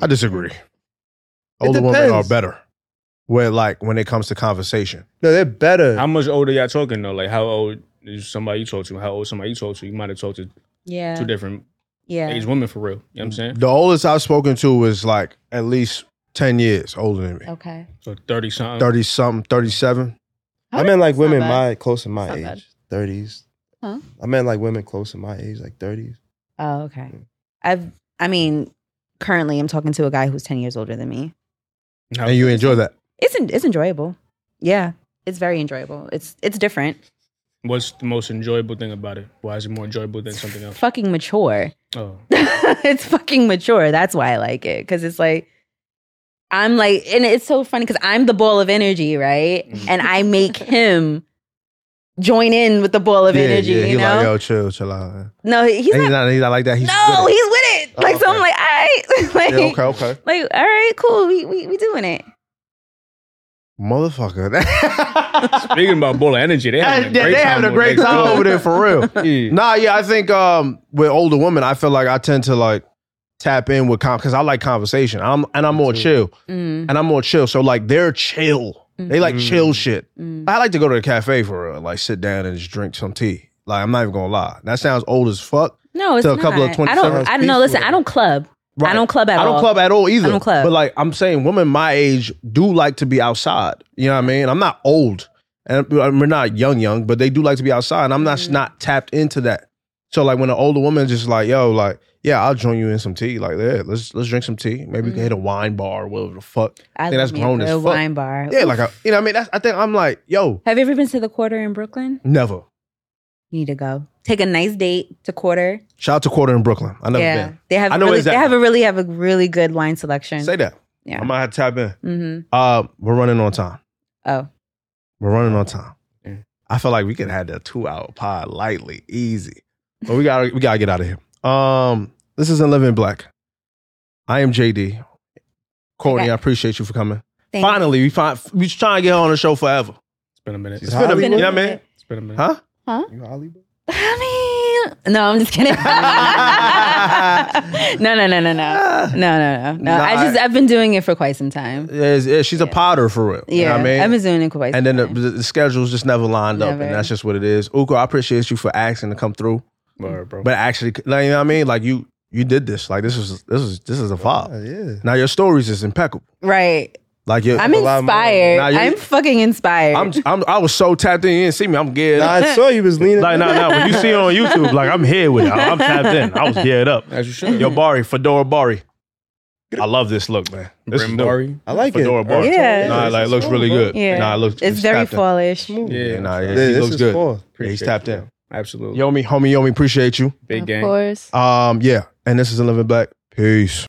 Speaker 1: I disagree. Older women are
Speaker 4: depends.
Speaker 1: better. Where like when it comes to conversation.
Speaker 4: No, they're better.
Speaker 2: How much older y'all talking though? Like how old is somebody you talk to? How old is somebody you talk to? You might have talked to
Speaker 3: Yeah.
Speaker 2: two different
Speaker 3: yeah.
Speaker 2: age women for real. You know what I'm saying?
Speaker 1: The oldest I've spoken to was like at least ten years older than me.
Speaker 3: Okay.
Speaker 2: So thirty something.
Speaker 1: Thirty something, thirty seven.
Speaker 4: I meant like
Speaker 5: It's not
Speaker 4: women
Speaker 5: bad.
Speaker 4: my close to my
Speaker 5: It's not
Speaker 4: age, thirties.
Speaker 3: Huh?
Speaker 4: I meant like women close to my age, like thirties.
Speaker 3: Oh, okay. I've I mean, currently I'm talking to a guy who's 10 years older than me.
Speaker 2: How-
Speaker 1: And you enjoy that.
Speaker 3: It's en- it's enjoyable. Yeah. It's very enjoyable. It's it's different.
Speaker 2: What's the most enjoyable thing about it? Why is it more enjoyable than something else?
Speaker 3: Fucking mature.
Speaker 2: Oh,
Speaker 3: it's fucking mature. That's why I like it because it's like I'm like, and it's so funny because I'm the ball of energy, right?
Speaker 1: Mm.
Speaker 2: Mhm.
Speaker 3: And I make him join in with the ball of
Speaker 1: yeah,
Speaker 3: energy.
Speaker 1: yeah. He
Speaker 3: you know?
Speaker 1: like, yo, chill, chill out. man.
Speaker 3: no, he's
Speaker 1: And
Speaker 3: not.
Speaker 1: he's not, he's not like that. He's
Speaker 3: no,
Speaker 1: with it.
Speaker 3: he's with it.
Speaker 1: Oh,
Speaker 3: like so, I'm
Speaker 1: okay.
Speaker 3: like, all right, like,
Speaker 1: Yeah, okay, okay.
Speaker 3: like, all right, cool. We we we doing it.
Speaker 1: Motherfucker.
Speaker 2: speaking about Bola Energy, they
Speaker 1: Yeah,
Speaker 2: having a great
Speaker 1: they having
Speaker 2: time
Speaker 1: a
Speaker 2: over
Speaker 1: great
Speaker 2: there.
Speaker 1: time over there for real.
Speaker 2: Yeah.
Speaker 1: Nah, yeah, I think um, with older women, I feel like I tend to like tap in with because I like conversation. I'm and I'm more chill
Speaker 3: Mm,
Speaker 1: and I'm more chill. So like they're chill. They like
Speaker 4: Mhm.
Speaker 1: chill shit.
Speaker 3: mm.
Speaker 1: I like to go to the cafe for real, like sit down and just drink some tea. Like I'm not even gonna lie, that sounds old as fuck.
Speaker 3: No, it's
Speaker 1: To a couple of
Speaker 3: not.
Speaker 1: 20
Speaker 3: I don't.
Speaker 1: seconds
Speaker 3: I don't know.
Speaker 4: peaceful.
Speaker 3: Listen, I don't club. I don't club at
Speaker 1: I don't
Speaker 3: all.
Speaker 1: club at all either.
Speaker 3: I don't club.
Speaker 1: But like I'm saying, women my age do like to be outside. You know what I mean? I'm not old, and and we're not young, young, but they do like to be outside. And I'm not
Speaker 3: Mhm.
Speaker 1: not tapped into that. So like when an older woman just like, yo, like, yeah, I'll join you in some tea. Like, yeah, let's let's drink some tea. Maybe we can
Speaker 3: Mhm.
Speaker 1: hit a wine bar or whatever the fuck.
Speaker 3: I
Speaker 1: think that's
Speaker 3: love me
Speaker 1: grown
Speaker 3: a
Speaker 1: as
Speaker 3: good
Speaker 1: fuck.
Speaker 3: wine bar.
Speaker 1: Yeah, like I, you know what I mean? That's, I think I'm like, yo,
Speaker 3: Have you ever been to the Quarter in Brooklyn?
Speaker 1: never.
Speaker 3: You need to go. Take a nice date to Quarter.
Speaker 1: Shout out to Quarter in Brooklyn. I never
Speaker 3: yeah, they have.
Speaker 1: I know
Speaker 3: really,
Speaker 1: exactly.
Speaker 3: They have a really have a really good wine selection.
Speaker 1: been. Say that.
Speaker 3: Yeah.
Speaker 1: I might have to tap in.
Speaker 3: hmm
Speaker 1: Uh, we're running on time.
Speaker 3: Oh,
Speaker 1: We're running on time.
Speaker 2: Mm.
Speaker 1: I feel like we could have that two hour pod lightly, easy. But we gotta we gotta get out of here. Um, this isn't Living Black. I am JD. Courtney,
Speaker 3: Okay.
Speaker 1: I appreciate you for coming.
Speaker 3: thank
Speaker 1: Finally, we find we trying to get her on the show forever.
Speaker 2: It's been a minute.
Speaker 4: She's
Speaker 2: It's
Speaker 4: hot.
Speaker 1: It's been a minute,
Speaker 4: Hollywood?
Speaker 1: yeah,
Speaker 3: Been a
Speaker 1: man.
Speaker 3: minute.
Speaker 2: been a minute.
Speaker 1: Huh?
Speaker 4: You Hollywood?
Speaker 3: I mean, no, I'm just kidding. no, no, no, no, no,
Speaker 1: Ah.
Speaker 3: no, no, no, no.
Speaker 1: Nah,
Speaker 3: I just
Speaker 1: I-
Speaker 3: I've been doing it for quite some time.
Speaker 1: Yeah, it's- yeah, she's a potter for real.
Speaker 3: Yeah,
Speaker 1: You know what I mean?
Speaker 3: have been doing it for quite.
Speaker 1: and then
Speaker 3: some
Speaker 1: the,
Speaker 3: time.
Speaker 1: the the schedules just never lined up,
Speaker 3: Never.
Speaker 1: and that's just what it is. Uko, I appreciate you for asking to come through,
Speaker 2: Word, bro.
Speaker 1: but actually, like, you know what I mean? Like you, you did this. Like this was this was this is a vibe.
Speaker 4: Oh, yeah.
Speaker 1: Now your stories is impeccable.
Speaker 3: right,
Speaker 1: Like your,
Speaker 3: I'm
Speaker 4: a lot more.
Speaker 3: inspired.
Speaker 1: Nah, you-
Speaker 3: I'm fucking inspired.
Speaker 1: I'm, I'm I was so tapped in. You didn't see me. I'm geared.
Speaker 4: Nah,
Speaker 1: up.
Speaker 4: I saw you was leaning.
Speaker 1: Like nah, nah. When you see it on YouTube, like I'm here with it. I'm tapped in. I was geared up.
Speaker 2: As you should.
Speaker 1: Yo, Bari, Fedora Bari. I love this look, man. This is
Speaker 2: Brim
Speaker 1: new.
Speaker 2: Bari.
Speaker 4: I like
Speaker 1: Fedora
Speaker 4: it.
Speaker 1: bar.
Speaker 3: Yeah.
Speaker 1: Nah,
Speaker 4: it's
Speaker 1: like it looks really
Speaker 4: smooth, bro.
Speaker 1: good.
Speaker 3: Yeah.
Speaker 1: Nah, it looks.
Speaker 3: it's very
Speaker 1: tapped in.
Speaker 3: fallish.
Speaker 4: Smooth.
Speaker 2: Yeah.
Speaker 1: Yeah, nah, yeah,
Speaker 4: Yeah,
Speaker 1: he
Speaker 4: this
Speaker 1: looks
Speaker 4: is
Speaker 1: good.
Speaker 4: fall.
Speaker 1: Yeah, he's tapped in.
Speaker 2: Absolutely.
Speaker 1: Yo, me, homie, yo, me, appreciate you.
Speaker 2: Big
Speaker 5: of
Speaker 2: game.
Speaker 5: course.
Speaker 1: Um, yeah, and this is Living Black. Peace.